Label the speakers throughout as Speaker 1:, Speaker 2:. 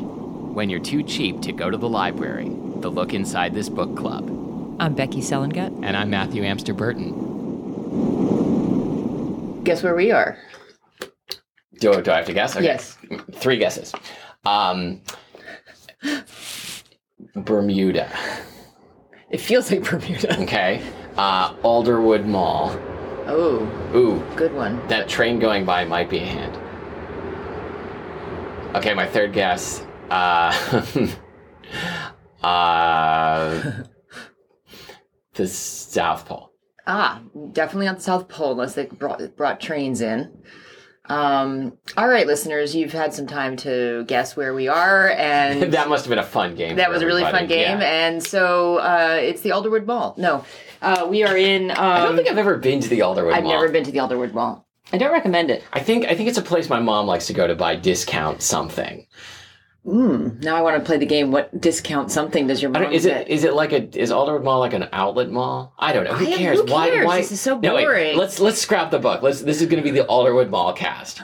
Speaker 1: when you're too cheap to go to the library, the look inside this book club.
Speaker 2: I'm Becky Selengut.
Speaker 1: And I'm Matthew Amster Burton.
Speaker 3: Guess where we are?
Speaker 1: Do, do I have to guess? Okay.
Speaker 3: Yes.
Speaker 1: Three guesses. Um, Bermuda.
Speaker 3: It feels like Bermuda.
Speaker 1: Okay. Uh, Alderwood Mall.
Speaker 3: Oh,
Speaker 1: Ooh,
Speaker 3: good one.
Speaker 1: that train going by might be a hand. Okay, my third guess. Uh, uh, the South Pole.
Speaker 3: Ah, definitely on the South Pole, unless they brought, brought trains in. Um, all right, listeners, you've had some time to guess where we are, and
Speaker 1: that must have been a fun game.
Speaker 3: that
Speaker 1: for
Speaker 3: was a really fun
Speaker 1: everybody.
Speaker 3: game.
Speaker 1: Yeah.
Speaker 3: And so uh, it's the Alderwood Mall. No, uh, we are in. Um,
Speaker 1: I don't think I've ever been to the Alderwood
Speaker 3: I've
Speaker 1: Mall.
Speaker 3: never been to the Alderwood Mall. I don't recommend it.
Speaker 1: I think I think it's a place my mom likes to go to buy discount something.
Speaker 3: Mm, now I want to play the game. What discount something does your
Speaker 1: I
Speaker 3: mom
Speaker 1: don't, is
Speaker 3: get?
Speaker 1: it is it like a is Alderwood Mall like an outlet mall? I don't know. Who
Speaker 3: I-
Speaker 1: cares?
Speaker 3: who
Speaker 1: Why
Speaker 3: cares?
Speaker 1: why
Speaker 3: This is so
Speaker 1: No, wait,
Speaker 3: boring.
Speaker 1: let's let's scrap the book. Let's this is going to be the Alderwood Mall cast.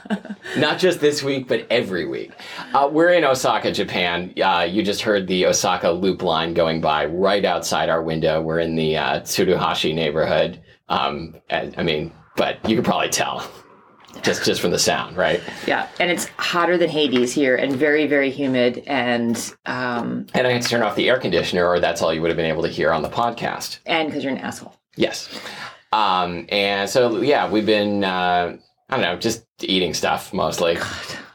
Speaker 1: Not just this week, but every week. Uh, we're in Osaka, Japan. Uh, you just heard the Osaka Loop line going by right outside our window. We're in the uh, Tsuruhashi neighborhood. Um, and- I mean, but you could probably tell just just from the sound, right?
Speaker 3: Yeah, and it's hotter than Hades here, and very, very humid. And um,
Speaker 1: And I had to turn off the air conditioner, or that's all you would have been able to hear on the podcast.
Speaker 3: and because you're an asshole.
Speaker 1: Yes. Um, and so, yeah, we've been, uh, I don't know, just eating stuff mostly.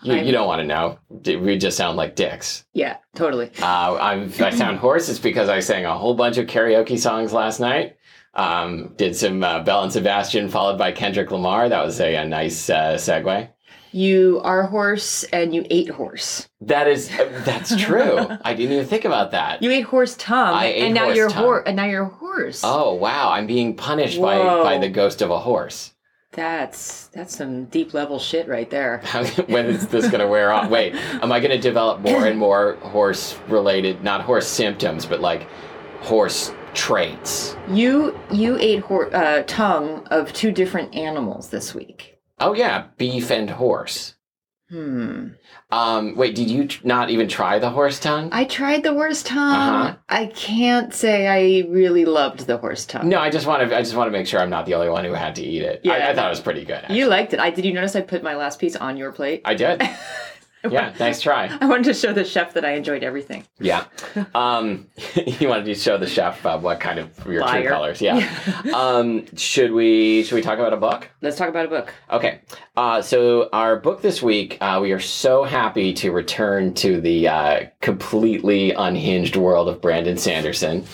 Speaker 1: you,
Speaker 3: I'm-
Speaker 1: you don't want to know. D- We just sound like dicks.
Speaker 3: Yeah, totally.
Speaker 1: Uh, I'm, I sound hoarse. It's because I sang a whole bunch of karaoke songs last night. Um, did some uh, Bell and Sebastian followed by Kendrick Lamar. That was a, a nice uh, segue.
Speaker 3: You are horse, and you ate horse.
Speaker 1: That is, uh, that's true. I didn't even think about that.
Speaker 3: You ate horse tum,
Speaker 1: I ate
Speaker 3: and now
Speaker 1: horse
Speaker 3: you're
Speaker 1: tum.
Speaker 3: horse, and now you're horse.
Speaker 1: oh, wow. I'm being punished by,
Speaker 3: Whoa.
Speaker 1: by the ghost of a horse.
Speaker 3: That's that's some deep level shit right there.
Speaker 1: How- when is this going to wear off? Wait, am I going to develop more and more horse related, not horse symptoms, but like horse traits?
Speaker 3: You you ate hor- uh, tongue of two different animals this week.
Speaker 1: Oh, yeah, beef and horse.
Speaker 3: Hmm.
Speaker 1: Um, wait, did you tr- not even try the horse tongue?
Speaker 3: I tried the horse tongue.
Speaker 1: Uh-huh.
Speaker 3: I can't say I really loved the horse tongue.
Speaker 1: no, I just want to. I just want to make sure I'm not the only one who had to eat it. I,
Speaker 3: Yeah.
Speaker 1: I thought it was pretty good. actually.
Speaker 3: You liked it. I did. You notice I put my last piece on your plate.
Speaker 1: I did. yeah, nice try.
Speaker 3: I wanted to show the chef that I enjoyed everything.
Speaker 1: Yeah. Um, you wanted to show the chef uh, what kind of your true
Speaker 3: Liar.
Speaker 1: colors. Yeah. um, should we? Should we talk about a book?
Speaker 3: Let's talk about a book.
Speaker 1: Okay, uh, so our book this week, uh, we are so happy to return to the uh, completely unhinged world of Brandon Sanderson.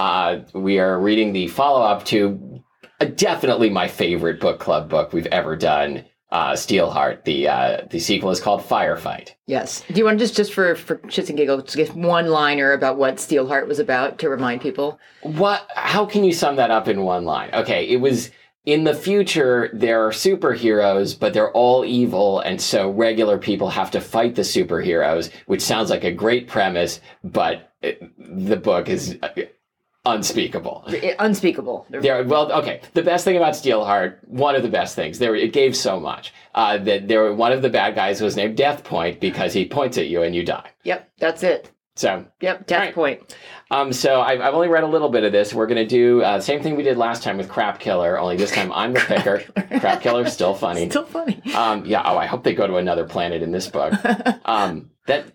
Speaker 1: Uh, we are reading the follow up to uh, definitely my favorite book club book we've ever done, uh, Steelheart. The uh, the sequel is called Firefight.
Speaker 3: Yes. Do you want to just just for for shits and giggles to give one liner about what Steelheart was about to remind people?
Speaker 1: What? How can you sum that up in one line? Okay, it was. In the future, there are superheroes, but they're all evil, and so regular people have to fight the superheroes, which sounds like a great premise, but uh, the book is uh, unspeakable.
Speaker 3: I- unspeakable.
Speaker 1: There, well, okay. The best thing about Steelheart, one of the best things, there it gave so much uh, that there one of the bad guys was named Death Point because he points at you and you die.
Speaker 3: Yep. That's it.
Speaker 1: So
Speaker 3: Yep. Death
Speaker 1: Right.
Speaker 3: point.
Speaker 1: um, so I've, I've only read a little bit of this. We're going to do uh, same thing we did last time with Crap Killer, only this time I'm the picker. Crap Killer's still funny.
Speaker 3: Still funny.
Speaker 1: Um, yeah. Oh, I hope they go to another planet in this book. Um, that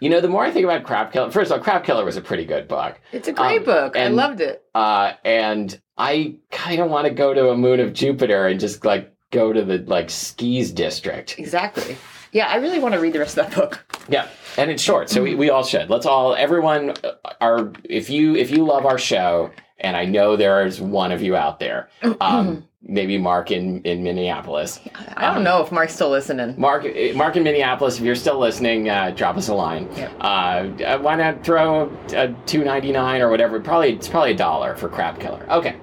Speaker 1: you know, the more I think about Crap Killer, first of all, Crap Killer was a pretty good book,
Speaker 3: It's a great
Speaker 1: um,
Speaker 3: book. I
Speaker 1: and-
Speaker 3: loved it.
Speaker 1: uh, and I kind of want to go to a moon of Jupiter and just like go to the like skis district.
Speaker 3: Exactly. Yeah, I really want to read the rest of that book.
Speaker 1: Yeah, and it's short, so we, we all should. Let's all, everyone, uh, our if you if you love our show, and I know there's one of you out there, um, maybe Mark in in Minneapolis.
Speaker 3: I don't know if Mark's still listening.
Speaker 1: Mark, eh, Mark in Minneapolis, if you're still listening, uh, drop us a line.
Speaker 3: Yep.
Speaker 1: Uh, Uh, why not throw a two ninety nine or whatever? Probably it's probably a dollar for Crap Killer. Okay.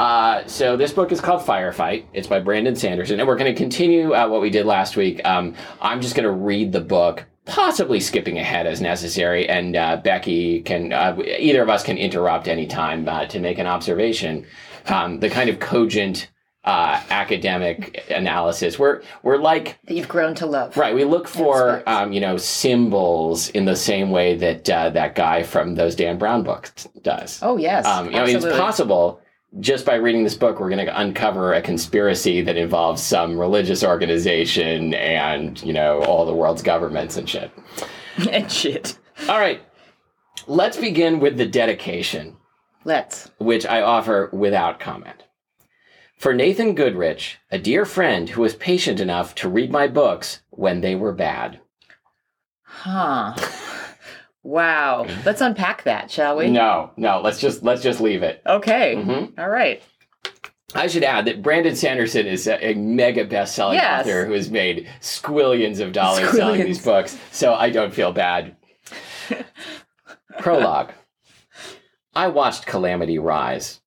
Speaker 1: Uh, so this book is called Firefight. It's by Brandon Sanderson, and we're going to continue uh, what we did last week. Um, I'm just going to read the book, possibly skipping ahead as necessary, and uh, Becky can uh, either of us can interrupt any time uh, to make an observation. Um, the kind of cogent uh, academic analysis. We're we're like
Speaker 4: that you've grown to love.
Speaker 1: right. We look for
Speaker 4: Aspects.
Speaker 1: um, you know symbols in the same way that uh, that guy from those Dan Brown books does.
Speaker 4: Oh yes.
Speaker 1: um, you know, it's
Speaker 4: absolutely.
Speaker 1: possible just by reading this book, we're going to uncover a conspiracy that involves some religious organization and you know all the world's governments and shit.
Speaker 4: and shit.
Speaker 1: All right, let's begin with the dedication.
Speaker 4: Let's.
Speaker 1: which I offer without comment. For Nathan Goodrich, a dear friend who was patient enough to read my books when they were bad.
Speaker 4: Huh. Wow. Let's unpack that, shall we?
Speaker 1: No, no, let's just let's just leave it.
Speaker 4: Okay.
Speaker 3: Mm-hmm.
Speaker 1: Mhm.
Speaker 4: All right.
Speaker 1: I should add that Brandon Sanderson is a, a mega best-selling
Speaker 4: Yes.
Speaker 1: author who has made squillions of dollars selling
Speaker 4: Squillions.
Speaker 1: these books, so I don't feel bad. Prologue. I watched calamity rise.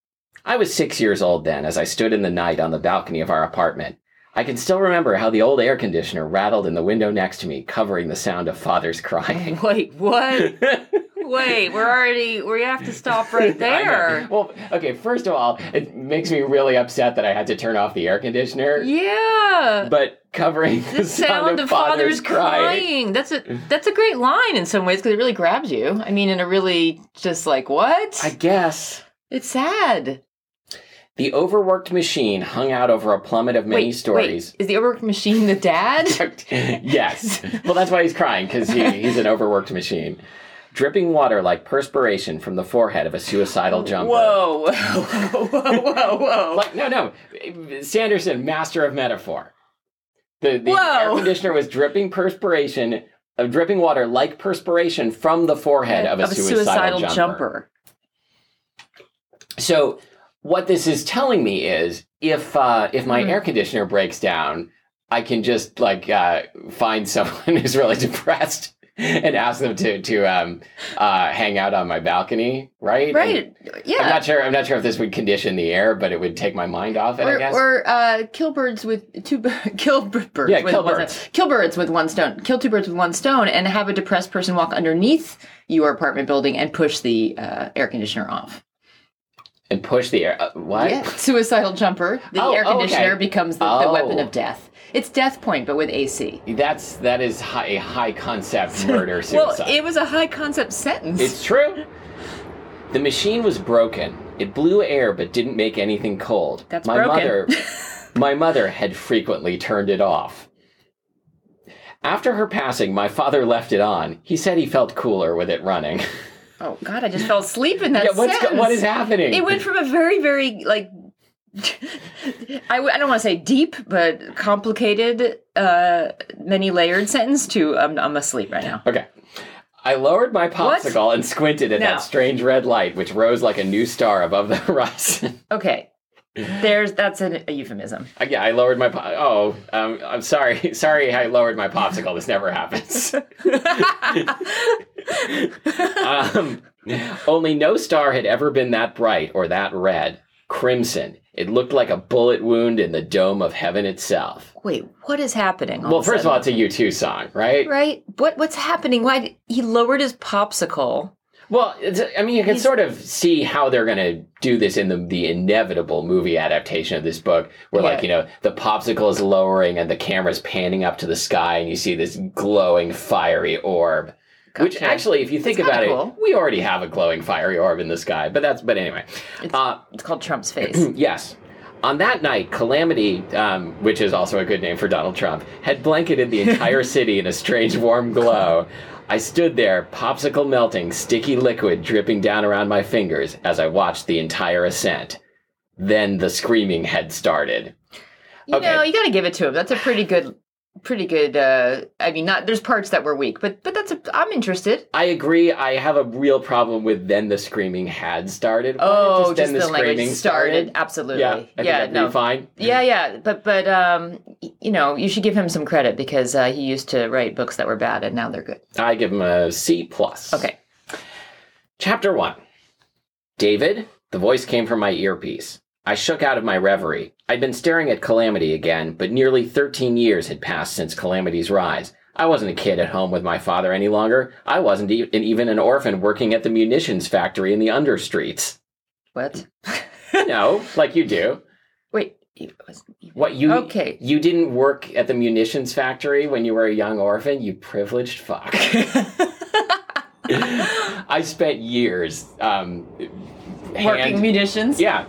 Speaker 1: I was six years old then as I stood in the night on the balcony of our apartment. I can still remember how the old air conditioner rattled in the window next to me, covering the sound of father's crying.
Speaker 3: Wait, what?
Speaker 1: I
Speaker 3: Wait, we're already. We have to stop right
Speaker 1: know.
Speaker 3: there.
Speaker 1: Well, okay, first of all, it makes me really upset that I had to turn off the air conditioner.
Speaker 3: Yeah.
Speaker 1: But covering the,
Speaker 3: The sound of father's crying. That's a that's a great line in some ways because it really grabs you. I mean, in a really just like what?
Speaker 1: I guess.
Speaker 3: it's sad.
Speaker 1: The overworked machine hung out over a plummet of many
Speaker 3: wait,
Speaker 1: stories.
Speaker 3: Wait, is the overworked machine the dad?
Speaker 1: yes. Well, that's why he's crying, because he, he's an overworked machine. Dripping water like perspiration from the forehead of a suicidal jumper.
Speaker 3: Whoa, whoa, whoa, whoa, whoa.
Speaker 1: Like, no, no. Sanderson, master of metaphor. The, the
Speaker 3: Whoa.
Speaker 1: air conditioner was dripping perspiration, uh, dripping water like perspiration from the forehead of a, suicidal, jumper. So what this is telling me is if uh, if my
Speaker 3: Hmm.
Speaker 1: air conditioner breaks down, I can just like uh, find someone who's really depressed and ask them to to um, uh, hang out on my balcony, right? And
Speaker 3: Right.
Speaker 1: I'm
Speaker 3: Yeah.
Speaker 1: not sure. I'm not sure if this would condition the air, but it would take my mind off it. I
Speaker 4: Or,
Speaker 1: guess.
Speaker 4: or uh, kill birds with two b- kill b- birds.
Speaker 1: Yeah,
Speaker 4: with
Speaker 1: kill
Speaker 4: one
Speaker 1: birds.
Speaker 4: Stone. Kill birds with one stone. Kill two birds with one stone, and have a depressed person walk underneath your apartment building and push the uh, air conditioner off.
Speaker 1: and push the air. Uh, what?
Speaker 4: Yeah. Suicidal jumper. The
Speaker 1: Oh,
Speaker 4: air
Speaker 1: oh, okay.
Speaker 4: conditioner becomes the, the weapon
Speaker 1: Oh.
Speaker 4: of death. It's death point, but with AC.
Speaker 1: That's that is high, a high concept murder
Speaker 4: Well,
Speaker 1: suicide.
Speaker 4: it was a high concept sentence.
Speaker 1: It's true. The machine was broken. It blew air but didn't make anything cold.
Speaker 3: That's
Speaker 1: my
Speaker 3: broken.
Speaker 1: mother My mother had frequently turned it off. After her passing, my father left it on. He said he felt cooler with it running.
Speaker 3: Oh God, I just fell asleep in that
Speaker 1: yeah, what's go-
Speaker 3: sentence.
Speaker 1: what is happening?
Speaker 3: It went from a very, very like I, w- I don't want to say deep, but complicated, uh, many layered sentence to um, I'm asleep right now.
Speaker 1: okay. I lowered my popsicle and squinted at
Speaker 3: No.
Speaker 1: that strange red light which rose like a new star above the horizon.
Speaker 3: Okay, there's that's an, a euphemism.
Speaker 1: Uh, yeah, I lowered my. Po- oh, um, I'm sorry. Sorry, I lowered my popsicle. This never happens. um, only no star had ever been that bright or that red. Crimson. It looked like a bullet wound in the dome of heaven itself.
Speaker 3: Wait, what is happening? all
Speaker 1: Well, first of all,
Speaker 3: sudden?
Speaker 1: it's a U2 song, right?
Speaker 3: right? What what's happening? Why did, he lowered his popsicle?
Speaker 1: Well, it's, I mean, you can sort of see how they're going to do this in the, the inevitable movie adaptation of this book, where,
Speaker 3: Yeah.
Speaker 1: like, you know, the popsicle is lowering and the camera's panning up to the sky, and you see this glowing, fiery orb. Which
Speaker 3: Gotcha.
Speaker 1: actually, if you think
Speaker 3: That's
Speaker 1: about
Speaker 3: kinda
Speaker 1: it,
Speaker 3: cool.
Speaker 1: we already have a glowing, fiery orb in the sky, but that's, but anyway.
Speaker 3: It's-
Speaker 1: Uh,
Speaker 3: It's called Trump's face.
Speaker 1: yes. On that night, Calamity, um, which is also a good name for Donald Trump, had blanketed the entire city in a strange warm glow. I stood there, popsicle melting, sticky liquid dripping down around my fingers as I watched the entire ascent. Then the screaming had started.
Speaker 3: You
Speaker 1: Okay.
Speaker 3: know, you got to give it to him. That's a pretty good, pretty good. Uh, I mean, not there's parts that were weak, but but that's a, I'm interested.
Speaker 1: I agree. I have a real problem with then the screaming had started. Why not
Speaker 3: Oh, just, the, language started. Absolutely.
Speaker 1: Yeah, I
Speaker 3: Yeah,
Speaker 1: think that'd
Speaker 3: no.
Speaker 1: be fine.
Speaker 3: Yeah, yeah, but but um, y- you know, you should give him some credit because uh, he used to write books that were bad and now they're good.
Speaker 1: I give him a C plus.
Speaker 3: Okay.
Speaker 1: Chapter 1 David, the voice came from my earpiece. I shook out of my reverie. I'd been staring at Calamity again, but nearly 13 years had passed since Calamity's rise. I wasn't a kid at home with my father any longer. I wasn't e- and even an orphan working at the munitions factory in the understreets.
Speaker 3: What?
Speaker 1: No, like you do.
Speaker 3: Wait,
Speaker 5: it wasn't even-
Speaker 1: What you
Speaker 5: Okay.
Speaker 1: you didn't work at the munitions factory when you were a young orphan, you privileged fuck. I spent years um,
Speaker 2: Working
Speaker 1: hand-
Speaker 2: munitions.
Speaker 1: Yeah.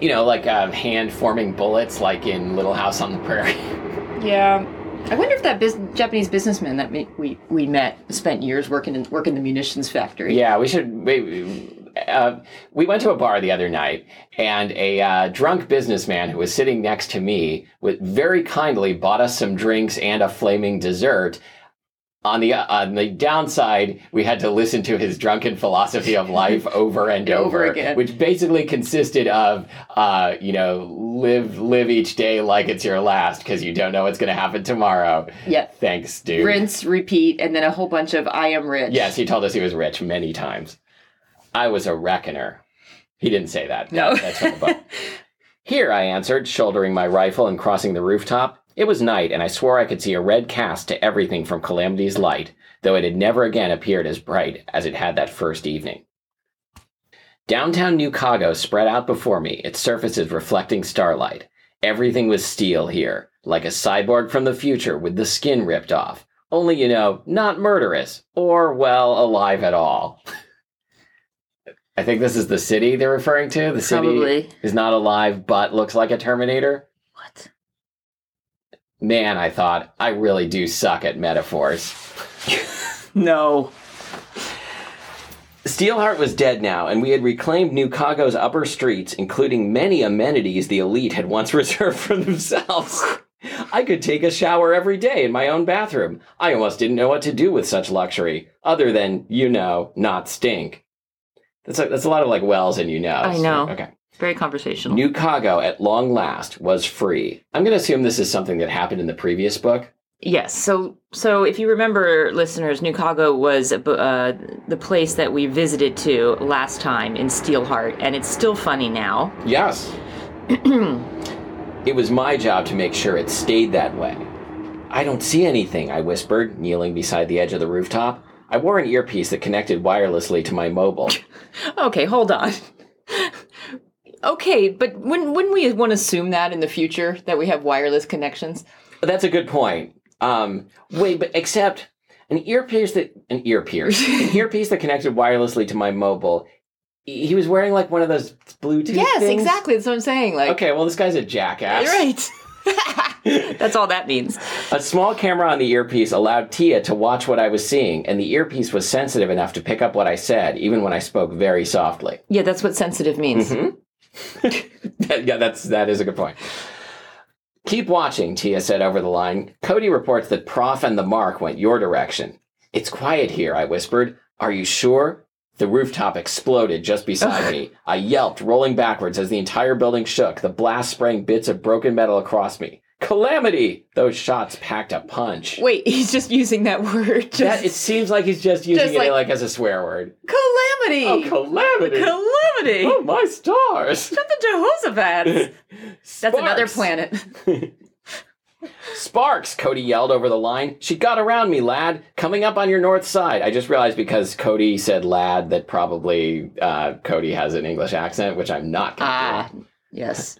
Speaker 1: You know, like uh, hand forming bullets, like in Little House on the Prairie.
Speaker 5: Yeah. I wonder if that bus- Japanese businessman that we, we we met spent years working in working the munitions factory.
Speaker 1: Yeah, we should. We, uh, we went to a bar the other night, and a uh, drunk businessman who was sitting next to me with, very kindly bought us some drinks and a flaming dessert. On the uh, on the downside, we had to listen to his drunken philosophy of life over and over,
Speaker 5: Over again.
Speaker 1: which basically consisted of, uh, you know, live live each day like it's your last because you don't know what's going to happen tomorrow.
Speaker 5: Yeah.
Speaker 1: Thanks, dude.
Speaker 5: Rinse, repeat, and then a whole bunch of I am rich.
Speaker 1: Yes, he told us he was rich many times. I was a reckoner. He didn't say that.
Speaker 2: No.
Speaker 1: That's from the book. Here, I answered, shouldering my rifle and crossing the rooftop. It was night, and I swore I could see a red cast to everything from Calamity's light, though it had never again appeared as bright as it had that first evening. Downtown New Cago spread out before me, its surfaces reflecting starlight. Everything was steel here, like a cyborg from the future with the skin ripped off. Only, you know, not murderous, or, well, alive at all. I think this is the city they're referring to. The city
Speaker 5: Probably.
Speaker 1: is not alive but looks like a Terminator.
Speaker 2: What?
Speaker 1: Man, I thought, I really do suck at metaphors.
Speaker 5: No.
Speaker 1: Steelheart was dead now, and we had reclaimed New Cago's upper streets, including many amenities the elite had once reserved for themselves. I could take a shower every day in my own bathroom. I almost didn't know what to do with such luxury, other than, you know, not stink. That's a, that's a lot of like wells and you know.
Speaker 2: I know.
Speaker 1: Okay.
Speaker 2: Very conversational.
Speaker 1: New Cago, at long last, was free. I'm going to assume this is something that happened in the previous book.
Speaker 2: Yes. So, so if you remember, listeners, Nukago was a bu- uh, the place that we visited to last time in Steelheart, and it's still funny now.
Speaker 1: Yes. it was my job to make sure it stayed that way. I don't see anything, I whispered, kneeling beside the edge of the rooftop. I wore an earpiece that connected wirelessly to my mobile.
Speaker 2: Okay, hold on.
Speaker 5: Okay, but wouldn't, wouldn't we want to assume that in the future that we have wireless connections?
Speaker 1: But That's a good point. Um, wait, but except an earpiece that an ear pierce, an earpiece that connected wirelessly to my mobile. He was wearing like one of those Bluetooth.
Speaker 5: Yes,
Speaker 1: things?
Speaker 5: exactly. That's what I'm saying. Like,
Speaker 1: Okay, well, this guy's a jackass.
Speaker 5: you're right.
Speaker 2: That's all that means.
Speaker 1: A small camera on the earpiece allowed Tia to watch what I was seeing, and the earpiece was sensitive enough to pick up what I said, even when I spoke very softly.
Speaker 5: Yeah, that's what sensitive means.
Speaker 1: Mm-hmm. yeah, that's that is a good point. Keep watching, Tia said over the line. Cody reports that Prof and the Mark went your direction. It's quiet here, I whispered. Are you sure? The rooftop exploded just beside me. I yelped, rolling backwards as the entire building shook, the blast spraying bits of broken metal across me. Calamity! Those shots packed a punch.
Speaker 5: Wait, he's just using that word. Just
Speaker 1: That, it seems like he's just using
Speaker 5: Just
Speaker 1: it
Speaker 5: like-
Speaker 1: like as a swear word.
Speaker 5: calamity.
Speaker 1: Oh, calamity!
Speaker 2: Calamity.
Speaker 1: oh, my stars!
Speaker 2: the Jehoshaphat.
Speaker 5: that's another
Speaker 1: Sparks!
Speaker 5: planet.
Speaker 1: Sparks! Cody yelled over the line. She got around me, lad. Coming up on your north side. I just realized because Cody said lad that probably uh, Cody has an English accent, which I'm not. gonna do.
Speaker 5: Ah, yes.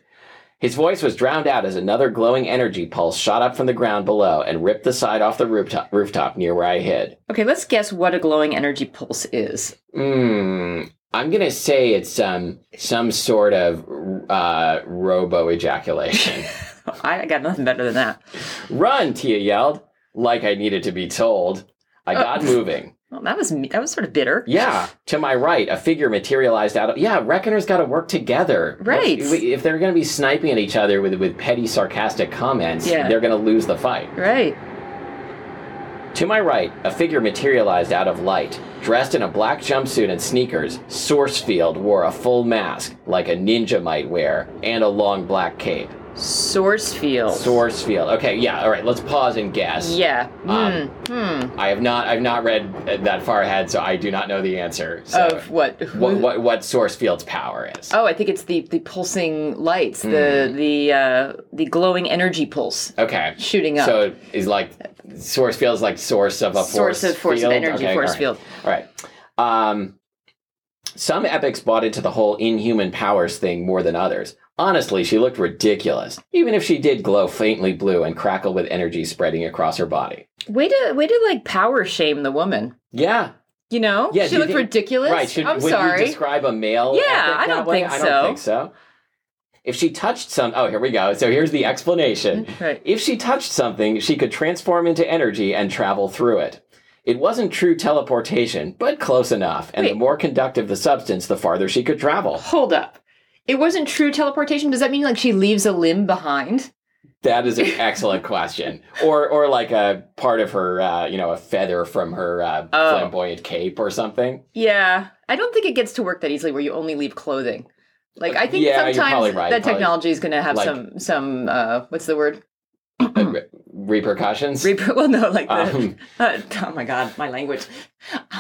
Speaker 1: His voice was drowned out as another glowing energy pulse shot up from the ground below and ripped the side off the rooftop, rooftop near where I hid.
Speaker 5: Okay, let's guess what a glowing energy pulse is.
Speaker 1: Mm, I'm gonna say it's um some sort of uh, robo ejaculation.
Speaker 2: I got nothing better than that.
Speaker 1: Run, Tia yelled, like I needed to be told. I
Speaker 2: Oh.
Speaker 1: got moving.
Speaker 2: Well, that was me- that was sort of bitter.
Speaker 1: Yeah, to my right, a figure materialized out of. Yeah, Reckoner's got to work together.
Speaker 2: Right.
Speaker 1: If, if they're going to be sniping at each other with, with petty, sarcastic comments,
Speaker 2: Yeah.
Speaker 1: they're going to lose the fight.
Speaker 2: Right.
Speaker 1: To my right, a figure materialized out of light. Dressed in a black jumpsuit and sneakers, Sourcefield wore a full mask, like a ninja might wear, and a long black cape.
Speaker 2: Source field.
Speaker 1: Sourcefield. Okay, yeah, all right, let's pause and guess.
Speaker 2: Oh. Yeah.
Speaker 1: Um,
Speaker 2: hmm. hmm.
Speaker 1: I have not I've not read uh, that far ahead, so I do not know the answer. So
Speaker 5: of what? Who,
Speaker 1: what, what what Sourcefield's power is.
Speaker 5: Oh, I think it's the the pulsing lights,
Speaker 1: Hmm.
Speaker 5: the the uh, the glowing energy pulse
Speaker 1: Okay.
Speaker 5: shooting up.
Speaker 1: So is like Sourcefield's like source of a force.
Speaker 5: source of force
Speaker 1: field?
Speaker 5: of energy,
Speaker 1: Okay,
Speaker 5: force
Speaker 1: all right.
Speaker 5: field.
Speaker 1: All right. Um, some epics bought into the whole inhuman powers thing more than others. Honestly, she looked ridiculous, even if she did glow faintly blue and crackle with energy spreading across her body.
Speaker 3: Way to way to like power shame the woman.
Speaker 1: Yeah,
Speaker 3: You know,
Speaker 1: Yeah, do
Speaker 3: she
Speaker 1: you
Speaker 3: looked
Speaker 1: think-
Speaker 3: ridiculous.
Speaker 1: right. Should,
Speaker 3: I'm
Speaker 1: would you
Speaker 3: sorry.
Speaker 1: describe a male?
Speaker 3: Yeah,
Speaker 1: ethic
Speaker 3: I
Speaker 1: that
Speaker 3: don't
Speaker 1: way?
Speaker 3: think
Speaker 1: I don't
Speaker 3: so.
Speaker 1: think so. If she touched some, oh, here we go. So here's the explanation.
Speaker 3: right.
Speaker 1: If she touched something, she could transform into energy and travel through it. It wasn't true teleportation, but close enough, and the
Speaker 3: Wait.
Speaker 1: more conductive the substance, the farther she could travel.
Speaker 3: Hold up.
Speaker 6: It wasn't true teleportation. Does that mean like she leaves a limb behind?
Speaker 1: That is an excellent question. Or, or like a part of her, uh, you know, a feather from her uh,
Speaker 3: Oh.
Speaker 1: flamboyant cape or something.
Speaker 3: Yeah, I don't think it gets to work that easily where you only leave clothing. Like I think
Speaker 1: Yeah, you're probably
Speaker 3: sometimes
Speaker 1: right,
Speaker 3: that
Speaker 1: probably.
Speaker 3: technology is going to have
Speaker 1: Like-
Speaker 3: some some uh, what's the word? Hmm.
Speaker 1: Uh, re- repercussions?
Speaker 3: Rep- well, no, like the,
Speaker 1: um,
Speaker 3: uh, oh my god, my language.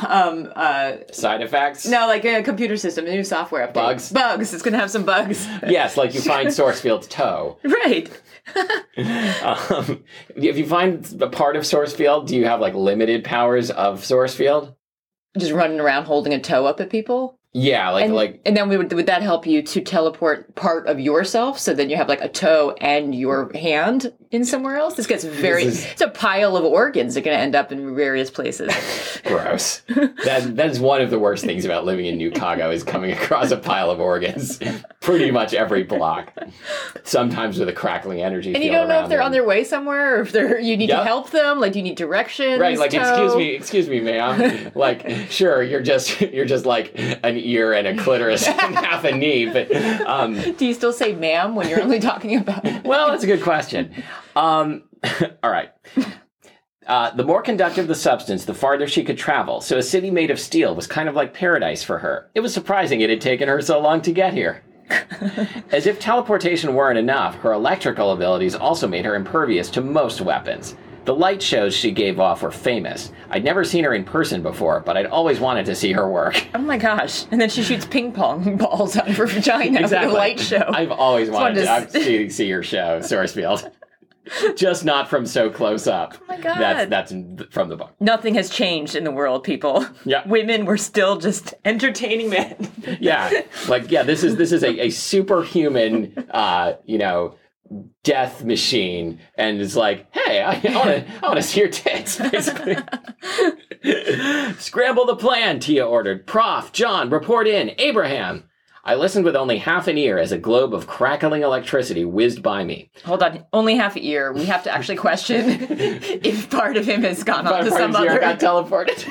Speaker 3: Um, uh,
Speaker 1: side effects?
Speaker 3: no, like a computer system, a new software update.
Speaker 1: Bugs?
Speaker 3: bugs. It's going to have some bugs,
Speaker 1: Yes, like you find Sourcefield's toe.
Speaker 3: right?
Speaker 1: Um, if you find the part of Sourcefield, do you have like limited powers of Sourcefield?
Speaker 3: Just running around holding a toe up at people,
Speaker 1: Yeah, like
Speaker 3: and
Speaker 1: like
Speaker 3: and then we would would that help you to teleport part of yourself? So then you have like a toe and your hand in somewhere else. This gets very
Speaker 1: This is-
Speaker 3: it's a pile of organs. They're going to end up in various places.
Speaker 1: gross. that that is one of the worst things about living in New Cago is coming across a pile of organs pretty much every block. Sometimes with a crackling energy.
Speaker 3: And you
Speaker 1: field
Speaker 3: don't know if
Speaker 1: around
Speaker 3: they're on
Speaker 1: them.
Speaker 3: their way somewhere or if they're you need to
Speaker 1: Yep.
Speaker 3: help them. Like, do you need directions?
Speaker 1: Right, like
Speaker 3: toe?
Speaker 1: excuse me, excuse me, ma'am. Like, sure, you're just you're just like an ear and a clitoris and half a knee, but um,
Speaker 3: Do you still say ma'am when you're only talking about
Speaker 1: well, that's a good question. Um, all right. Uh, the more conductive the substance, the farther she could travel. So a city made of steel was kind of like paradise for her. It was surprising it had taken her so long to get here. As if teleportation weren't enough, her electrical abilities also made her impervious to most weapons. The light shows she gave off were famous. I'd never seen her in person before, but I'd always wanted to see her work.
Speaker 3: Oh my gosh. And then she shoots ping pong balls out of her vagina at a light show.
Speaker 1: I've always wanted to,
Speaker 3: wanted to
Speaker 1: I've see, see your show, Sourcefield. Just not from so close up. Oh
Speaker 3: my God.
Speaker 1: That's that's from the book.
Speaker 3: Nothing has changed in the world, people.
Speaker 1: Yeah.
Speaker 3: Women were still just entertaining men.
Speaker 1: Yeah, like yeah, this is this is a, a superhuman, uh, you know, death machine, and it's like, hey, I want to I want to see your tits, basically. Scramble the plan, Tia ordered. Prof, John, report in. Abraham. I listened with only half an ear as a globe of crackling electricity whizzed by me.
Speaker 3: Hold on, only half a ear. We have to actually question if part of him has gone on to
Speaker 1: Part
Speaker 3: some
Speaker 1: of Zero
Speaker 3: other.
Speaker 1: got teleported.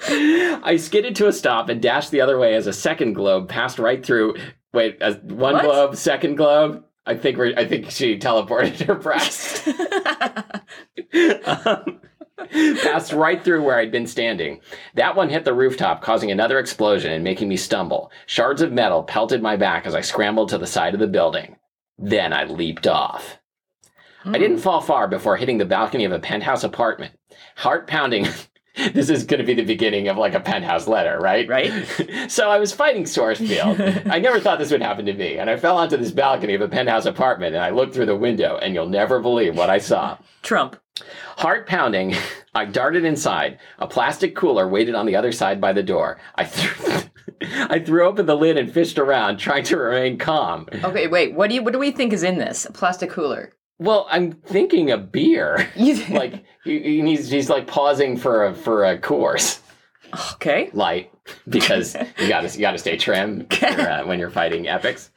Speaker 1: I skidded to a stop and dashed the other way as a second globe passed right through. Wait, as one
Speaker 3: What?
Speaker 1: globe, second globe. I think we're, I think she teleported her breast. Um, passed right through where I'd been standing. That one hit the rooftop, causing another explosion and making me stumble. Shards of metal pelted my back as I scrambled to the side of the building. Then I leaped off. I didn't fall far before hitting the balcony of a penthouse apartment. Heart pounding. this is going to be the beginning of like a penthouse letter, right?
Speaker 3: Right.
Speaker 1: so I was fighting Sourcefield. I never thought this would happen to me. And I fell onto this balcony of a penthouse apartment and I looked through the window and you'll never believe what I saw.
Speaker 3: Trump.
Speaker 1: Heart pounding, I darted inside. A plastic cooler waited on the other side by the door. I, th- I threw open the lid and fished around, trying to remain calm.
Speaker 3: Okay, wait. What do you? What do we think is in this? A plastic cooler.
Speaker 1: Well, I'm thinking a beer.
Speaker 3: You
Speaker 1: like he, he needs he's like pausing for a for a course
Speaker 3: okay?
Speaker 1: light because you gotta you gotta stay trim when you're, uh, when you're fighting epics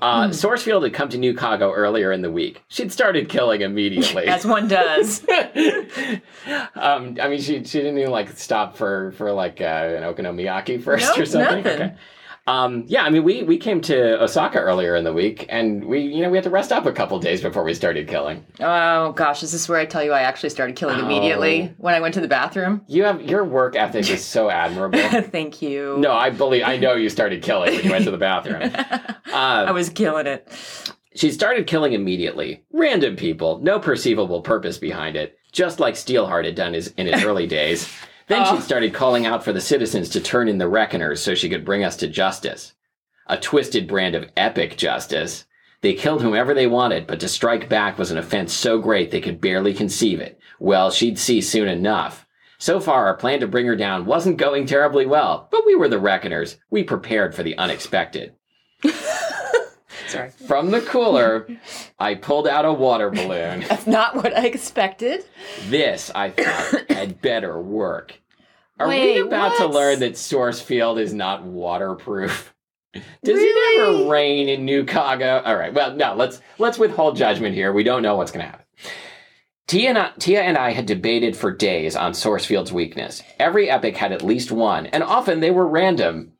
Speaker 1: uh,
Speaker 3: Hmm.
Speaker 1: Sourcefield had come to New Cago earlier in the week. She'd started killing immediately.
Speaker 3: As one does.
Speaker 1: um, I mean, she she didn't even like stop for for like uh, an okonomiyaki first
Speaker 3: Nope,
Speaker 1: or something.
Speaker 3: nothing.
Speaker 1: Um, yeah, I mean, we we came to Osaka earlier in the week, and we you know we had to rest up a couple days before we started killing.
Speaker 3: Oh gosh, is this where I tell you I actually started killing
Speaker 1: Oh.
Speaker 3: immediately when I went to the bathroom?
Speaker 1: You have your work ethic is so admirable.
Speaker 3: Thank you.
Speaker 1: No, I believe I know you started killing when you went to the bathroom.
Speaker 3: I was killing it.
Speaker 1: She started killing immediately. Random people, no perceivable purpose behind it, just like Steelheart had done his, in his early days. Then she started calling out for the citizens to turn in the reckoners so she could bring us to justice. A twisted brand of epic justice. They killed whomever they wanted, but to strike back was an offense so great they could barely conceive it. Well, she'd see soon enough. So far, our plan to bring her down wasn't going terribly well, but we were the reckoners. We prepared for the unexpected.
Speaker 2: Sorry.
Speaker 1: From the cooler, I pulled out a water balloon.
Speaker 2: That's not what I expected.
Speaker 1: This, I thought, had better work. Are
Speaker 2: Wait,
Speaker 1: we about to
Speaker 2: what?
Speaker 1: learn that Source Field is not waterproof? Does it
Speaker 2: Really?
Speaker 1: ever rain in New Cago? All right. Well, no. Let's let's withhold judgment here. We don't know what's going to happen. Tia and, I, Tia and I had debated for days on Sourcefield's weakness. Every epic had at least one, and often they were random.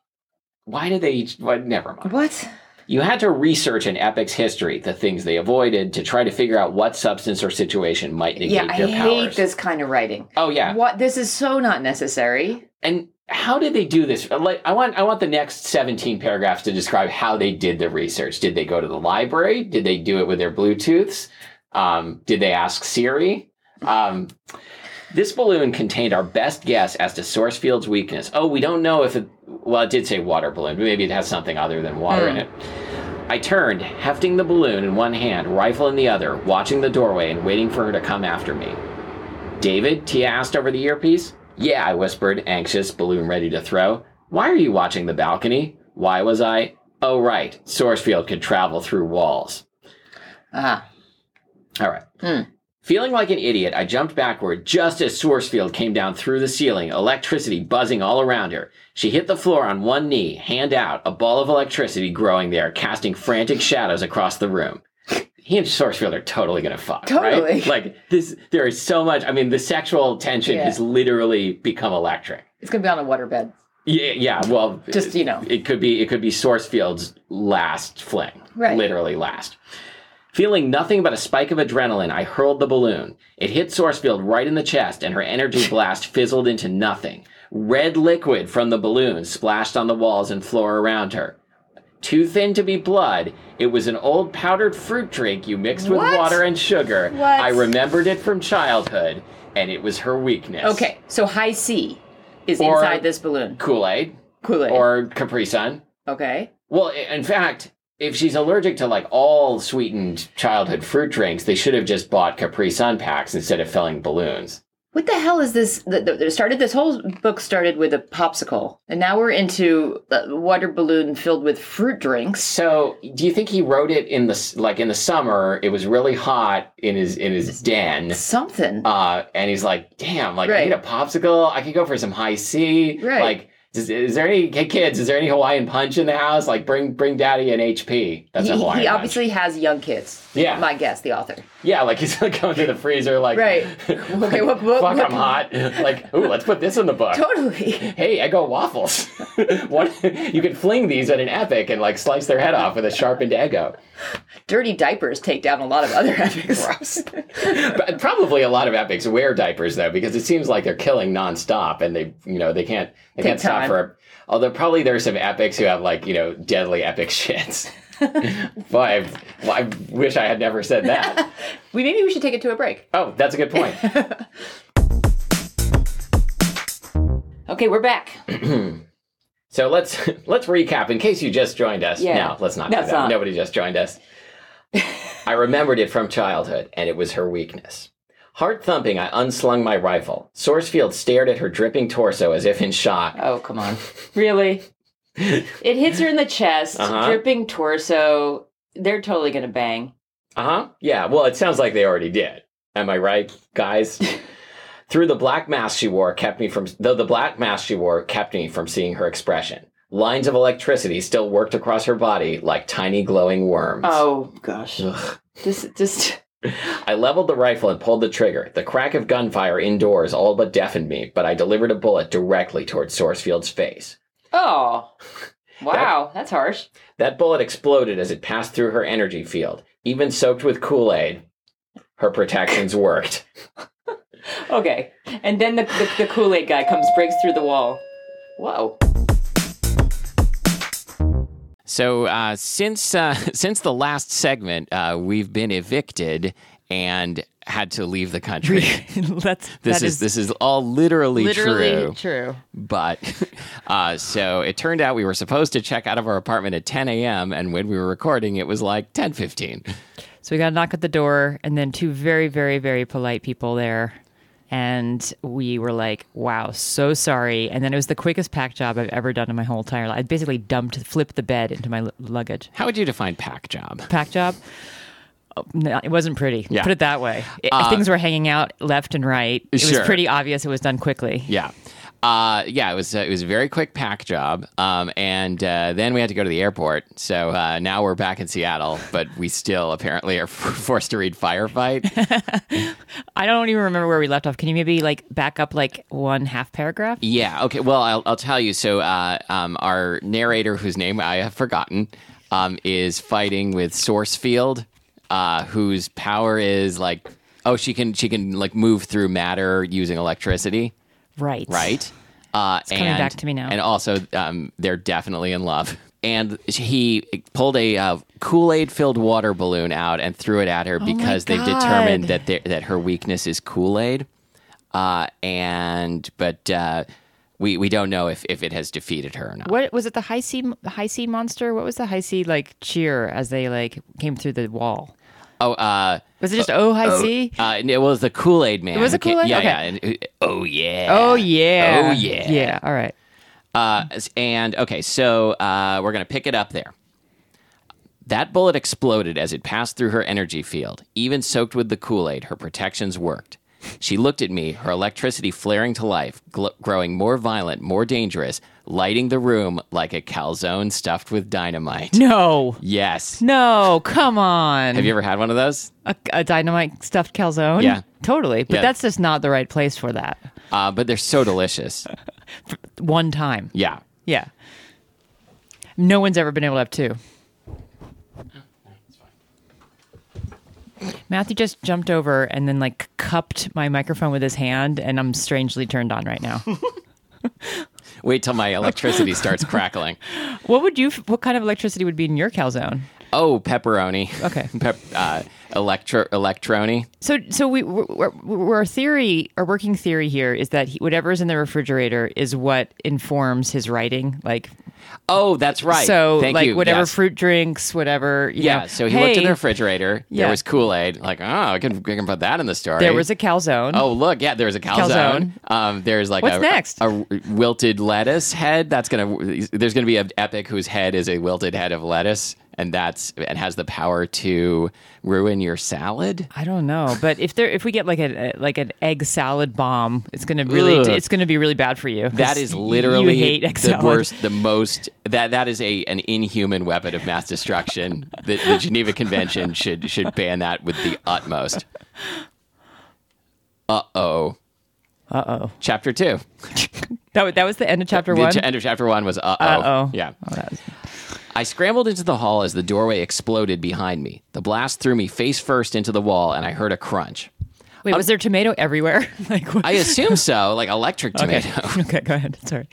Speaker 1: Why did they each? Why, never mind.
Speaker 2: What?
Speaker 1: You had to research an epic's history, the things they avoided, to try to figure out what substance or situation might negate
Speaker 5: Yeah, I
Speaker 1: their powers.
Speaker 5: hate this kind of writing.
Speaker 1: Oh yeah,
Speaker 5: What this is so not necessary.
Speaker 1: and how did they do this? Like, I want I want the next seventeen paragraphs to describe how they did the research. Did they go to the library? Did they do it with their Bluetooths? Um, did they ask Siri? Um, this balloon contained our best guess as to Sourcefield's weakness. Oh, we don't know if it. Well, it did say water balloon, but maybe it has something other than water in it. I turned, hefting the balloon in one hand, rifle in the other, watching the doorway and waiting for her to come after me. David, Tia asked over the earpiece. Yeah, I whispered, anxious, balloon ready to throw. Why are you watching the balcony? Why was I? Oh, right, Sourcefield could travel through walls.
Speaker 5: Ah,
Speaker 1: All right.
Speaker 5: Hmm.
Speaker 1: Feeling like an idiot, I jumped backward just as Sourcefield came down through the ceiling, electricity buzzing all around her. She hit the floor on one knee, hand out, a ball of electricity growing there, casting frantic shadows across the room. He and Sourcefield are totally gonna fuck,
Speaker 5: Totally.
Speaker 1: right? Like this, there is so much. I mean, the sexual tension
Speaker 5: Yeah.
Speaker 1: has literally become electric.
Speaker 5: it's gonna be on a waterbed.
Speaker 1: Yeah, yeah. Well,
Speaker 5: Just, you know.
Speaker 1: it could be it could be Sourcefield's last fling,
Speaker 5: Right.
Speaker 1: Literally last. Feeling nothing but a spike of adrenaline, I hurled the balloon. It hit Sourcefield right in the chest, and her energy blast fizzled into nothing. Red liquid from the balloon splashed on the walls and floor around her. Too thin to be blood, it was an old powdered fruit drink you mixed with
Speaker 2: What?
Speaker 1: water and sugar.
Speaker 2: What?
Speaker 1: I remembered it from childhood, and it was her weakness.
Speaker 5: Okay, so high C is
Speaker 1: Or-
Speaker 5: inside this balloon.
Speaker 1: Kool Aid
Speaker 5: Kool Aid.
Speaker 1: or Capri Sun.
Speaker 5: okay.
Speaker 1: Well, i- in fact, if she's allergic to like all sweetened childhood fruit drinks, they should have just bought Capri Sun packs instead of filling balloons.
Speaker 5: What the hell is this? The, the, the started this whole book started with a popsicle, and now we're into a water balloon filled with fruit drinks.
Speaker 1: So, do you think he wrote it in the s- like in the summer? It was really hot in his in his den.
Speaker 5: Something.
Speaker 1: Uh, and he's like, "Damn! Like, I
Speaker 5: Right.
Speaker 1: need a popsicle. I could go for some high C.
Speaker 5: Right.
Speaker 1: Like, is, is there any hey, kids? Is there any Hawaiian punch in the house? Like, bring bring Daddy an HP. That's
Speaker 5: he
Speaker 1: a
Speaker 5: he
Speaker 1: Hawaiian punch.
Speaker 5: obviously has young kids.
Speaker 1: Yeah.
Speaker 5: My guess, the author.
Speaker 1: Yeah, like he's like going to the freezer, like
Speaker 5: Right. Okay, what- what-
Speaker 1: fuck,
Speaker 5: what-
Speaker 1: I'm hot. Like, ooh, let's put this in the book.
Speaker 5: Totally.
Speaker 1: Hey, Eggo waffles. what you could fling these at an epic and like slice their head off with a sharpened Eggo.
Speaker 5: Dirty diapers take down a lot of other epics.
Speaker 1: But probably a lot of epics wear diapers though, because it seems like they're killing nonstop, and they, you know, they can't they
Speaker 5: Take
Speaker 1: can't stop
Speaker 5: time.
Speaker 1: for. Although probably there are some epics who have like you know deadly epic shits. Boy, I, well, I wish I had never said that.
Speaker 5: we maybe we should take it to a break.
Speaker 1: Oh, that's a good point.
Speaker 5: Okay, we're back.
Speaker 1: So let's let's recap in case you just joined us.
Speaker 5: Yeah.
Speaker 1: No, let's not
Speaker 5: No,
Speaker 1: do
Speaker 5: it's
Speaker 1: that.
Speaker 5: not.
Speaker 1: Nobody just joined us. I remembered it from childhood, and it was her weakness. Heart thumping, I unslung my rifle. Sourcefield stared at her dripping torso as if in shock.
Speaker 5: Oh, come on. Really? It hits her in the chest,
Speaker 1: Uh-huh.
Speaker 5: dripping torso. They're totally going to bang.
Speaker 1: Uh huh. Yeah. Well, it sounds like they already did. Am I right, guys? Through the black mask she wore kept me from though the black mask she wore kept me from seeing her expression. Lines of electricity still worked across her body like tiny glowing worms.
Speaker 5: Oh, gosh.
Speaker 1: Ugh.
Speaker 5: Just, just.
Speaker 1: I leveled the rifle and pulled the trigger. The crack of gunfire indoors all but deafened me, but I delivered a bullet directly toward Sourcefield's face.
Speaker 5: Oh. Wow, that's harsh.
Speaker 1: That bullet exploded as it passed through her energy field. Even soaked with Kool Aid, her protections worked.
Speaker 5: Okay. And then the, the, the Kool Aid guy comes, breaks through the wall. Whoa.
Speaker 1: So uh, since uh, since the last segment, uh, we've been evicted and had to leave the country.
Speaker 3: That's
Speaker 1: This
Speaker 3: that
Speaker 1: is, this is all literally,
Speaker 3: literally true.
Speaker 1: But uh, so it turned out we were supposed to check out of our apartment at 10 a.m. And when we were recording, it was like 10:15.
Speaker 3: So we got a knock at the door, and then two very, very, very polite people there, and we were like, "Wow, so sorry." And then it was the quickest pack job I've ever done in my whole entire life. I basically dumped, flipped the bed into my l- luggage.
Speaker 1: How would you define pack job?
Speaker 3: Pack job. Oh, No, it wasn't pretty.
Speaker 1: Yeah. Uh,
Speaker 3: Put it that way. It- Things were hanging out left and right. It
Speaker 1: Sure.
Speaker 3: was pretty obvious. It was done quickly.
Speaker 1: Yeah. Uh, yeah, it was uh, it was a very quick pack job, um, and uh, then we had to go to the airport. So uh, now we're back in Seattle, but we still apparently are forced to read Firefight.
Speaker 3: I don't even remember where we left off. Can you maybe like back up like one half paragraph?
Speaker 1: yeah, okay. Well, I'll, I'll tell you. So uh, um, our narrator, whose name I have forgotten, um, is fighting with Sourcefield, uh, whose power is like oh she can she can like move through matter using electricity.
Speaker 3: Right.
Speaker 1: right? Uh, it's
Speaker 3: coming back to me now.
Speaker 1: And also, um, they're definitely in love. And he pulled a uh, Kool Aid filled water balloon out and threw it at her because they've
Speaker 3: Oh God.
Speaker 1: determined that they're- that her weakness is Kool Aid. Uh, and but uh, we we don't know if, if it has defeated her or not.
Speaker 3: What was it? The high sea, high sea monster. What was the high sea like cheer as they like came through the wall?
Speaker 1: Oh, uh,
Speaker 3: Was it just oh high sea?
Speaker 1: uh, and it was the Kool Aid man. It
Speaker 3: was a Kool-Aid?
Speaker 1: Yeah,
Speaker 3: Okay.
Speaker 1: yeah. And, uh, oh yeah.
Speaker 3: Oh yeah.
Speaker 1: Oh, yeah.
Speaker 3: Yeah. All right.
Speaker 1: Uh, and okay, so uh, we're going to pick it up there. That bullet exploded as it passed through her energy field. Even soaked with the Kool Aid, her protections worked. She looked at me, her electricity flaring to life, gl- growing more violent, more dangerous, lighting the room like a calzone stuffed with dynamite.
Speaker 3: No.
Speaker 1: Yes.
Speaker 3: No. Come on.
Speaker 1: Have you ever had one of those?
Speaker 3: a, a dynamite stuffed calzone?
Speaker 1: Yeah.
Speaker 3: Totally. But
Speaker 1: Yeah.
Speaker 3: that's just not the right place for that.
Speaker 1: Uh, but they're so delicious.
Speaker 3: One time.
Speaker 1: Yeah.
Speaker 3: Yeah. No one's ever been able to have two. Matthew just jumped over and then like cupped my microphone with his hand, and I'm strangely turned on right now.
Speaker 1: Wait till my electricity starts crackling.
Speaker 3: what would you? f- What kind of electricity would be in your calzone?
Speaker 1: Oh, pepperoni.
Speaker 3: Okay.
Speaker 1: Pep- uh, electro- electroni.
Speaker 3: So, so we, we're, we're- we're- our theory, our working theory here is that he, whatever's in the refrigerator is what informs his writing. Like,
Speaker 1: Oh, that's right.
Speaker 3: so,
Speaker 1: Thank
Speaker 3: like
Speaker 1: you.
Speaker 3: whatever
Speaker 1: Yes.
Speaker 3: fruit drinks, whatever. You
Speaker 1: Yeah.
Speaker 3: know,
Speaker 1: so he
Speaker 3: hey,
Speaker 1: looked in the refrigerator. There
Speaker 3: Yeah.
Speaker 1: was Kool Aid. Like, oh, I can, I can put that in the story.
Speaker 3: There was a calzone.
Speaker 1: Oh, look. Yeah, there was a calzone. Um, there's like
Speaker 3: What's
Speaker 1: a,
Speaker 3: next?
Speaker 1: a wilted lettuce head. That's gonna. There's gonna be an epic whose head is a wilted head of lettuce, and that's and has the power to ruin your salad.
Speaker 3: I don't know, but if there if we get like a, a- like an egg salad bomb, it's gonna really
Speaker 1: Ugh.
Speaker 3: it's gonna be really bad for you. 'cause
Speaker 1: That is
Speaker 3: y-
Speaker 1: literally
Speaker 3: you hate egg
Speaker 1: the
Speaker 3: salad.
Speaker 1: worst, the most. That that is a an inhuman weapon of mass destruction. the, the Geneva Convention should should ban that with the utmost. Uh oh. Uh oh. Chapter two.
Speaker 3: That, wa- that was the end of chapter
Speaker 1: The
Speaker 3: one.
Speaker 1: ch- end of chapter one was uh oh.
Speaker 3: Uh-oh.
Speaker 1: Yeah.
Speaker 3: Oh, that was-
Speaker 1: I scrambled into the hall as the doorway exploded behind me. The blast threw me face first into the wall, and I heard a crunch.
Speaker 3: Wait, was there tomato everywhere? like what?
Speaker 1: I assume so, like electric tomato.
Speaker 3: okay, go ahead. Sorry.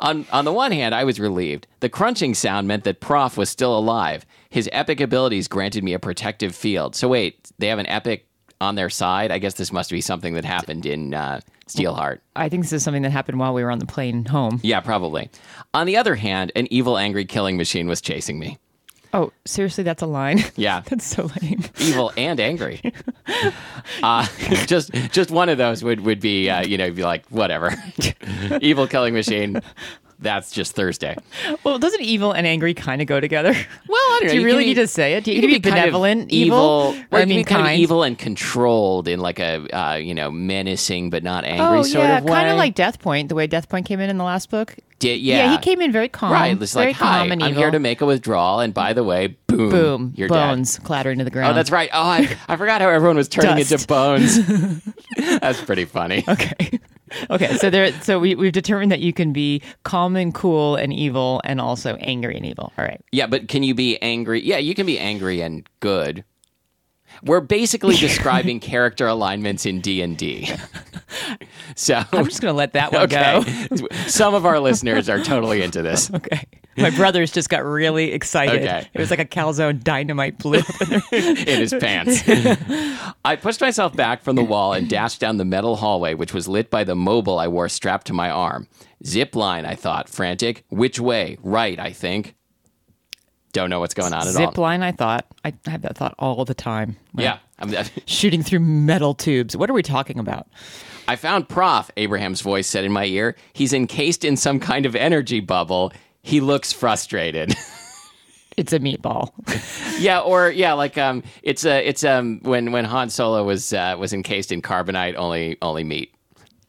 Speaker 1: On, on the one hand, I was relieved. The crunching sound meant that Prof was still alive. His epic abilities granted me a protective field. So wait, they have an epic on their side. I guess this must be something that happened in uh, Steelheart.
Speaker 3: I think this is something that happened while we were on the plane home.
Speaker 1: Yeah, probably. On the other hand, an evil, angry killing machine was chasing me.
Speaker 3: Oh, seriously, that's a line.
Speaker 1: Yeah.
Speaker 3: that's so lame.
Speaker 1: Evil and angry. Uh, just just one of those would would be uh, you know be like whatever. evil killing machine. That's just Thursday.
Speaker 3: Well, doesn't evil and angry kind of go together?
Speaker 1: Well, I don't know.
Speaker 3: Do you
Speaker 1: can
Speaker 3: really
Speaker 1: be-
Speaker 3: need to say it? Do you- you can be
Speaker 1: kind of
Speaker 3: benevolent, evil, or
Speaker 1: well,
Speaker 3: I
Speaker 1: you can be
Speaker 3: mean
Speaker 1: kind
Speaker 3: kind.
Speaker 1: of evil and controlled in like a uh, you know menacing but not angry
Speaker 3: Oh
Speaker 1: sort
Speaker 3: yeah,
Speaker 1: of way.
Speaker 3: kind of like Death Point, the way Death Point came in in the last book.
Speaker 1: Di- yeah.
Speaker 3: he came in very calm,
Speaker 1: right. It's
Speaker 3: very
Speaker 1: like hi,
Speaker 3: calm and
Speaker 1: I'm
Speaker 3: evil.
Speaker 1: here to make a withdrawal, and by the way, boom,
Speaker 3: boom,
Speaker 1: you're
Speaker 3: bones clattering to the ground.
Speaker 1: dead. Oh, that's right. Oh, I, I forgot how everyone was turning
Speaker 3: Dust.
Speaker 1: into bones. that's pretty funny.
Speaker 3: okay. okay, so there, so we we've determined that you can be calm and cool and evil, and also angry and evil. All right.
Speaker 1: Yeah, but can you be angry? Yeah, you can be angry and good. We're basically describing character alignments in D and D. So
Speaker 3: I'm just gonna let that one go.
Speaker 1: okay, some of our listeners are totally into this.
Speaker 3: Okay. My brothers just got really excited.
Speaker 1: Okay.
Speaker 3: It was like a calzone dynamite blew up in their
Speaker 1: in his pants. I pushed myself back from the wall and dashed down the metal hallway, which was lit by the mobile I wore strapped to my arm. Zip line, I thought, frantic. Which way? Right, I think. Don't know what's going on at
Speaker 3: Zip
Speaker 1: all.
Speaker 3: line, I thought. I have that thought all the time. when
Speaker 1: Yeah.
Speaker 3: I'm
Speaker 1: I'm,
Speaker 3: Shooting through metal tubes. What are we talking about?
Speaker 1: I found Prof, Abraham's voice said in my ear. He's encased in some kind of energy bubble. He looks frustrated.
Speaker 3: It's a meatball.
Speaker 1: yeah, or yeah, like um it's uh, it's um when when Han Solo was uh, was encased in carbonite only only meat.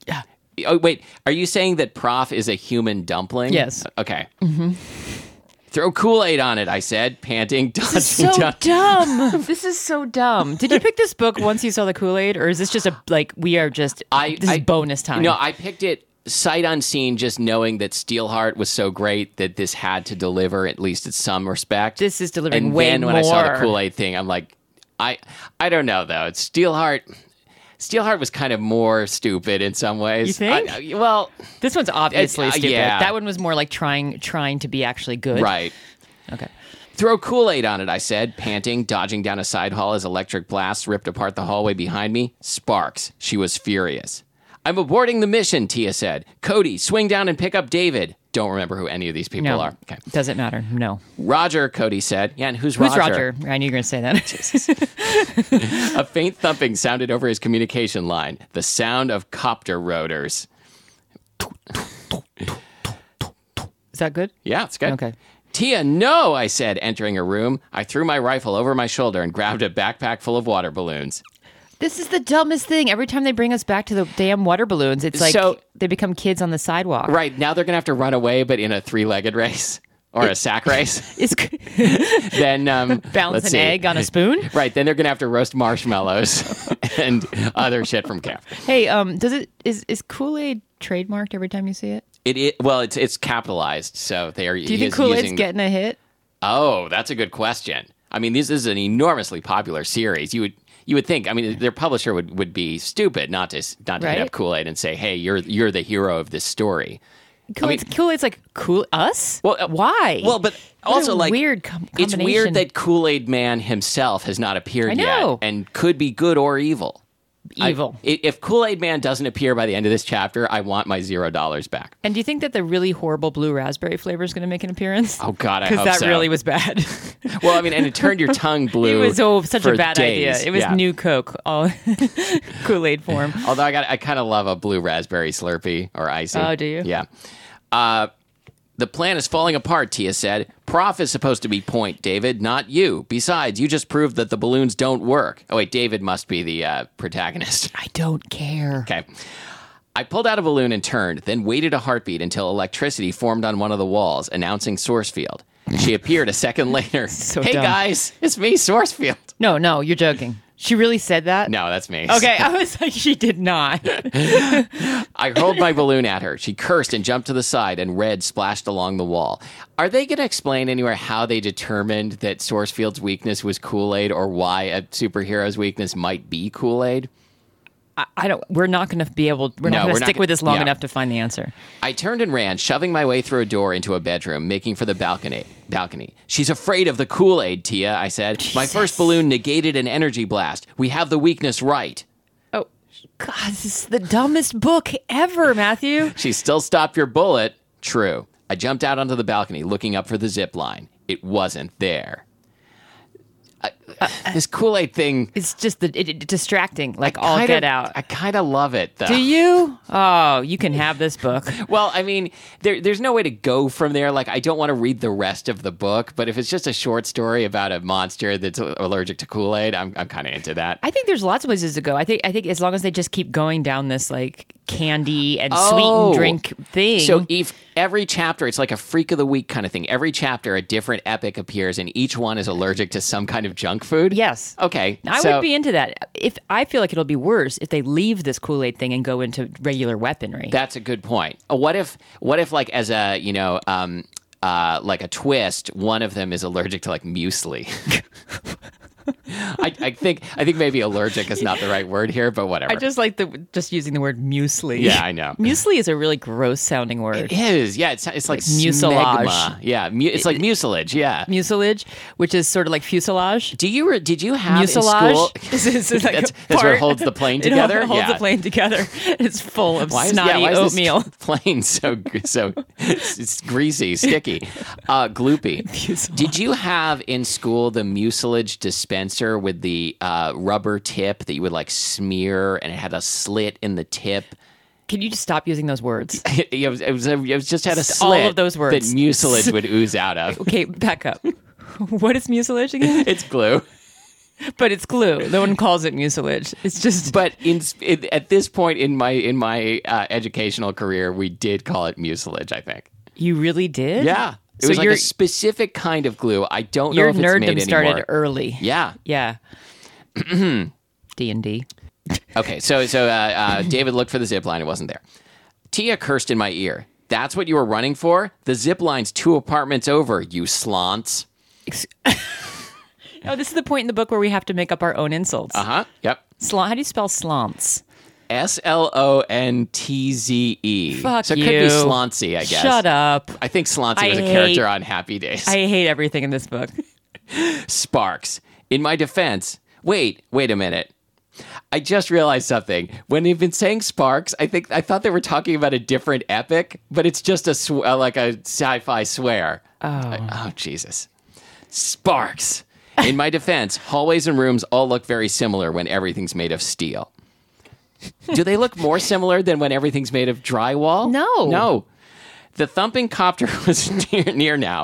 Speaker 3: yeah.
Speaker 1: Oh wait, are you saying that Prof is a human dumpling?
Speaker 3: Yes.
Speaker 1: Okay. Mm-hmm. Throw Kool Aid on it, I said, panting, dodging,
Speaker 3: So
Speaker 1: dodging.
Speaker 3: dumb. This is so dumb. Did you pick this book once you saw the Kool Aid, or is this just a like we are just?
Speaker 1: I-
Speaker 3: this
Speaker 1: I-
Speaker 3: is bonus time.
Speaker 1: No, I picked it sight unseen, just knowing that Steelheart was so great that this had to deliver at least in some respect.
Speaker 3: This is delivering
Speaker 1: and
Speaker 3: way
Speaker 1: then when I saw the
Speaker 3: more.
Speaker 1: Kool Aid thing, I'm like, I I don't know though. It's Steelheart. Steelheart was kind of more stupid in some ways.
Speaker 3: You think?
Speaker 1: I- well,
Speaker 3: this one's obviously
Speaker 1: It's- uh,
Speaker 3: stupid.
Speaker 1: yeah.
Speaker 3: That one was more like trying trying to be actually good.
Speaker 1: right.
Speaker 3: Okay.
Speaker 1: Throw Kool Aid on it, I said, panting, dodging down a side hall as electric blasts ripped apart the hallway behind me. Sparks. She was furious. I'm aborting the mission, Tia said. Cody, swing down and pick up David. Don't remember who any of these people
Speaker 3: No.
Speaker 1: are. Okay.
Speaker 3: Doesn't matter. No.
Speaker 1: Roger, Cody said. Yeah, and who's
Speaker 3: Who's
Speaker 1: Roger?
Speaker 3: Roger? I knew you were going to say that.
Speaker 1: A faint thumping sounded over his communication line, the sound of copter rotors.
Speaker 3: is that good?
Speaker 1: Yeah, it's good.
Speaker 3: Okay.
Speaker 1: Tia, no, I said, entering a room. I threw my rifle over my shoulder and grabbed a backpack full of water balloons.
Speaker 3: This is the dumbest thing. Every time they bring us back to the damn water balloons, it's like
Speaker 1: So-
Speaker 3: they become kids on the sidewalk.
Speaker 1: Right, now they're going to have to run away, but in a three legged race or a sack race.
Speaker 3: It's
Speaker 1: then, um,
Speaker 3: bounce
Speaker 1: let's
Speaker 3: an
Speaker 1: see.
Speaker 3: egg on a spoon.
Speaker 1: Right, then they're going to have to roast marshmallows and other shit from camp.
Speaker 3: Hey, um, does it is is Kool Aid trademarked every time you see it?
Speaker 1: It, it well, it's it's capitalized, so they are.
Speaker 3: Do you think Kool Aid's getting a hit?
Speaker 1: Oh, that's a good question. I mean, this is an enormously popular series. You would you would think. I mean, their publisher would, would be stupid not to s- not to hit
Speaker 3: Right.
Speaker 1: up Kool Aid and say, "Hey, you're you're the hero of this story."
Speaker 3: Kool Aid's Kool Aid's like cool us.
Speaker 1: Well, uh,
Speaker 3: why?
Speaker 1: Well, but
Speaker 3: What a
Speaker 1: also like
Speaker 3: weird com-
Speaker 1: it's
Speaker 3: combination.
Speaker 1: weird that Kool Aid Man himself has not appeared
Speaker 3: I know.
Speaker 1: yet, and could be good or evil. I-
Speaker 3: evil.
Speaker 1: i- if Kool Aid Man doesn't appear by the end of this chapter, I want my zero dollars back.
Speaker 3: and do you think that the really horrible blue raspberry flavor is going to make an appearance?
Speaker 1: Oh God, I
Speaker 3: because
Speaker 1: hope
Speaker 3: that
Speaker 1: so.
Speaker 3: really was bad.
Speaker 1: well. I mean, and it turned your tongue
Speaker 3: it
Speaker 1: blue.
Speaker 3: was oh such
Speaker 1: for
Speaker 3: a bad
Speaker 1: days.
Speaker 3: idea. It was
Speaker 1: Yeah.
Speaker 3: new Coke, all Kool Aid form.
Speaker 1: Although I got, I kind of love a blue raspberry Slurpee or icy.
Speaker 3: Oh, do you?
Speaker 1: Yeah. Uh, the plan is falling apart. Tia said, "Prof is supposed to be point, David, not you. Besides, you just proved that the balloons don't work. Oh wait, David must be the uh, protagonist.
Speaker 3: I don't care.
Speaker 1: okay." I pulled out a balloon and turned, then waited a heartbeat until electricity formed on one of the walls, announcing source field. She appeared a second later.
Speaker 3: So
Speaker 1: hey
Speaker 3: dumb.
Speaker 1: guys, it's me, source field.
Speaker 3: No, no, you're joking. She really said that.
Speaker 1: No, that's me.
Speaker 3: Okay, I was like, she did not.
Speaker 1: I hurled my balloon at her. She cursed and jumped to the side, and red splashed along the wall. Are they going to explain anywhere how they determined that Sourcefield's weakness was Kool Aid or why a superhero's weakness might be Kool Aid?
Speaker 3: I, I don't. We're not going to be able. We're
Speaker 1: No,
Speaker 3: not going
Speaker 1: we're
Speaker 3: to
Speaker 1: not
Speaker 3: stick
Speaker 1: gonna-
Speaker 3: with this long
Speaker 1: yeah.
Speaker 3: enough to find the answer.
Speaker 1: I turned and ran, shoving my way through a door into a bedroom, making for the balcony. Balcony. She's afraid of the Kool Aid, Tia, I said. My first balloon negated an energy blast. We have the weakness right.
Speaker 3: Oh, God, this is the dumbest book ever, Matthew.
Speaker 1: She still stopped your bullet. True. I jumped out onto the balcony looking up for the zip line. It wasn't there. I, uh, this Kool Aid thing.
Speaker 3: It's just the it, it- distracting. Like all
Speaker 1: kinda-
Speaker 3: get out.
Speaker 1: I kind of love it, though.
Speaker 3: Do you? Oh, you can have this book.
Speaker 1: Well, I mean, there, there's no way to go from there. Like, I don't want to read the rest of the book, but if it's just a short story about a monster that's allergic to Kool Aid, I'm, I'm kind of into that.
Speaker 3: I think there's lots of places to go. I think I think as long as they just keep going down this like candy and
Speaker 1: Oh.
Speaker 3: sweetened drink thing.
Speaker 1: So if every chapter, it's like a freak of the week kind of thing. Every chapter, a different epic appears, and each one is allergic to some kind of junk food.
Speaker 3: Yes.
Speaker 1: Okay.
Speaker 3: I
Speaker 1: so-
Speaker 3: would be into that. If I feel like it'll be worse if they leave this Kool Aid thing and go into regular weaponry.
Speaker 1: That's a good point. Uh, What if what if like as a you know um uh like a twist, one of them is allergic to like muesli. I, I think I think maybe allergic is not the right word here, but whatever.
Speaker 3: I just like the just using the word muesli.
Speaker 1: yeah, I know.
Speaker 3: muesli is a really gross sounding word.
Speaker 1: It is. Yeah, it's it's like,
Speaker 3: mucilage.
Speaker 1: smegma. Yeah, mu- it's like mucilage. Yeah.
Speaker 3: Mucilage, which is sort of like fuselage.
Speaker 1: Do you re- did you have in school?
Speaker 3: Mucilage is, is like
Speaker 1: That's- that's
Speaker 3: a
Speaker 1: what
Speaker 3: part-
Speaker 1: holds the plane
Speaker 3: It all
Speaker 1: together?
Speaker 3: holds
Speaker 1: Yeah.
Speaker 3: the plane together. It's full of
Speaker 1: Why is, yeah,
Speaker 3: snotty
Speaker 1: why is this
Speaker 3: oatmeal.
Speaker 1: plane so so it's, it's greasy, sticky, uh, gloopy? Did you have in school the mucilage dispenser with the uh, rubber tip that you would like smear, and it had a slit in the tip?
Speaker 3: Can you just stop using those words?
Speaker 1: it, was, it, was, it was just had a
Speaker 3: Just
Speaker 1: slit.
Speaker 3: all of those words.
Speaker 1: that mucilage would ooze out of.
Speaker 3: Okay, back up. What is mucilage again?
Speaker 1: It's glue.
Speaker 3: But it's glue. No one calls it mucilage. It's just
Speaker 1: But in, in at this point in my in my uh, educational career, we did call it mucilage. I think.
Speaker 3: you really did.
Speaker 1: Yeah. It
Speaker 3: So
Speaker 1: was like
Speaker 3: your-
Speaker 1: a specific kind of glue. I don't know
Speaker 3: Your
Speaker 1: if it's made
Speaker 3: nerddom
Speaker 1: anymore.
Speaker 3: started early.
Speaker 1: Yeah.
Speaker 3: Yeah. D and D.
Speaker 1: Okay. So so uh, uh, David looked for the zip line. It wasn't there. Tia cursed in my ear. That's what you were running for. The zip line's two apartments over. You slants.
Speaker 3: Oh, this is the point in the book where we have to make up our own insults.
Speaker 1: Uh huh. Yep.
Speaker 3: Slant. How do you spell slants?
Speaker 1: S L O N T Z E.
Speaker 3: Fuck
Speaker 1: So it
Speaker 3: you.
Speaker 1: could be slancy, I guess.
Speaker 3: Shut up.
Speaker 1: I think slancy
Speaker 3: I
Speaker 1: was a character
Speaker 3: hate-
Speaker 1: on Happy Days.
Speaker 3: I hate everything in this book.
Speaker 1: Sparks. In my defense, wait, wait a minute. I just realized something. When they've been saying Sparks, I think I thought they were talking about a different epic, but it's just a sw- uh, like a sci-fi swear. Oh, oh Jesus. Sparks. In my defense, hallways and rooms all look very similar when everything's made of steel. Do they look more similar than when everything's made of drywall?
Speaker 3: No.
Speaker 1: No. The thumping copter was near, near now.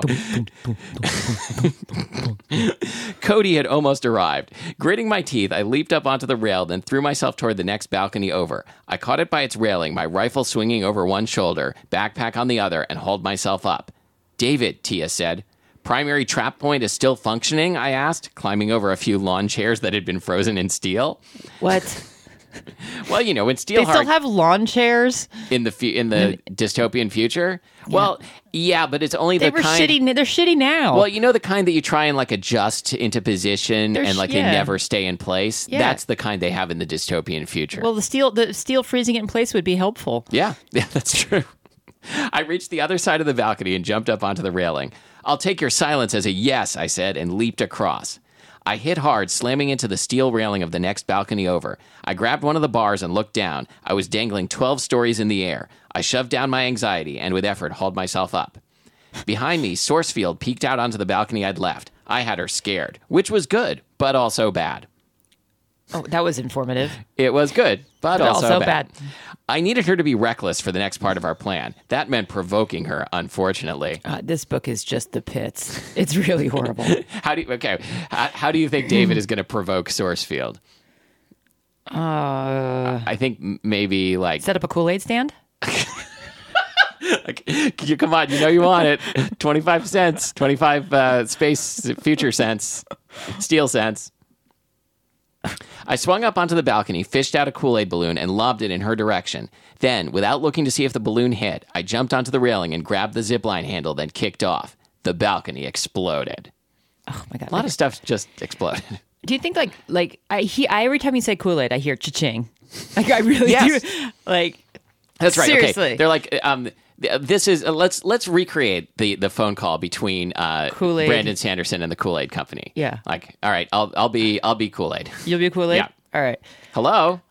Speaker 1: Cody had almost arrived. Gritting my teeth, I leaped up onto the rail, then threw myself toward the next balcony over. I caught it by its railing, my rifle swinging over one shoulder, backpack on the other, and hauled myself up. David, Tia said. Primary trap point is still functioning? I asked, climbing over a few lawn chairs that had been frozen in steel.
Speaker 3: What?
Speaker 1: Well, you know, in
Speaker 3: They
Speaker 1: steel
Speaker 3: still
Speaker 1: hard
Speaker 3: have lawn chairs.
Speaker 1: in the fu- in the dystopian future. Well, yeah, but it's only
Speaker 3: They
Speaker 1: the
Speaker 3: were
Speaker 1: kind
Speaker 3: shitty. They're shitty now.
Speaker 1: Well, you know the kind that you try and like adjust into position
Speaker 3: They're
Speaker 1: and
Speaker 3: sh-
Speaker 1: like
Speaker 3: yeah.
Speaker 1: they never stay in place.
Speaker 3: Yeah.
Speaker 1: That's the kind they have in the dystopian future.
Speaker 3: Well, the steel, the steel freezing it in place would be helpful.
Speaker 1: yeah, yeah, that's true. I reached the other side of the balcony and jumped up onto the railing. I'll take your silence as a yes, I said, and leaped across. I hit hard, slamming into the steel railing of the next balcony over. I grabbed one of the bars and looked down. I was dangling 12 stories in the air. I shoved down my anxiety and with effort hauled myself up. Behind me, Sourcefield peeked out onto the balcony I'd left. I had her scared, which was good, but also bad.
Speaker 3: Oh, that was informative.
Speaker 1: It was good, but,
Speaker 3: But
Speaker 1: also,
Speaker 3: also
Speaker 1: bad.
Speaker 3: bad.
Speaker 1: I needed her to be reckless for the next part of our plan. That meant provoking her, unfortunately.
Speaker 3: Uh, this book is just the pits. It's really horrible.
Speaker 1: How do you, okay? How, how do you think David is going to provoke Sourcefield? Uh, I think m- maybe like,
Speaker 3: Set up a Kool Aid stand.
Speaker 1: like, you come on, you know you want it. Twenty five cents, twenty five uh, space future cents, steel cents. I swung up onto the balcony, fished out a Kool Aid balloon, and lobbed it in her direction. Then, without looking to see if the balloon hit, I jumped onto the railing and grabbed the zipline handle, then kicked off. The balcony exploded.
Speaker 3: Oh my god!
Speaker 1: A lot of stuff just exploded.
Speaker 3: do you think like like I he I, every time you say Kool Aid I hear cha-ching. Like I really
Speaker 1: Yes.
Speaker 3: do. Like
Speaker 1: That's right. Okay.
Speaker 3: Seriously.
Speaker 1: They're like, um, th- this is uh, let's let's recreate the the phone call between uh,
Speaker 3: Kool-Aid.
Speaker 1: Brandon Sanderson and the Kool Aid Company.
Speaker 3: Yeah.
Speaker 1: Like, all right, I'll I'll be I'll be Kool Aid.
Speaker 3: you'll be Kool Aid.
Speaker 1: Yeah.
Speaker 3: All right.
Speaker 1: Hello.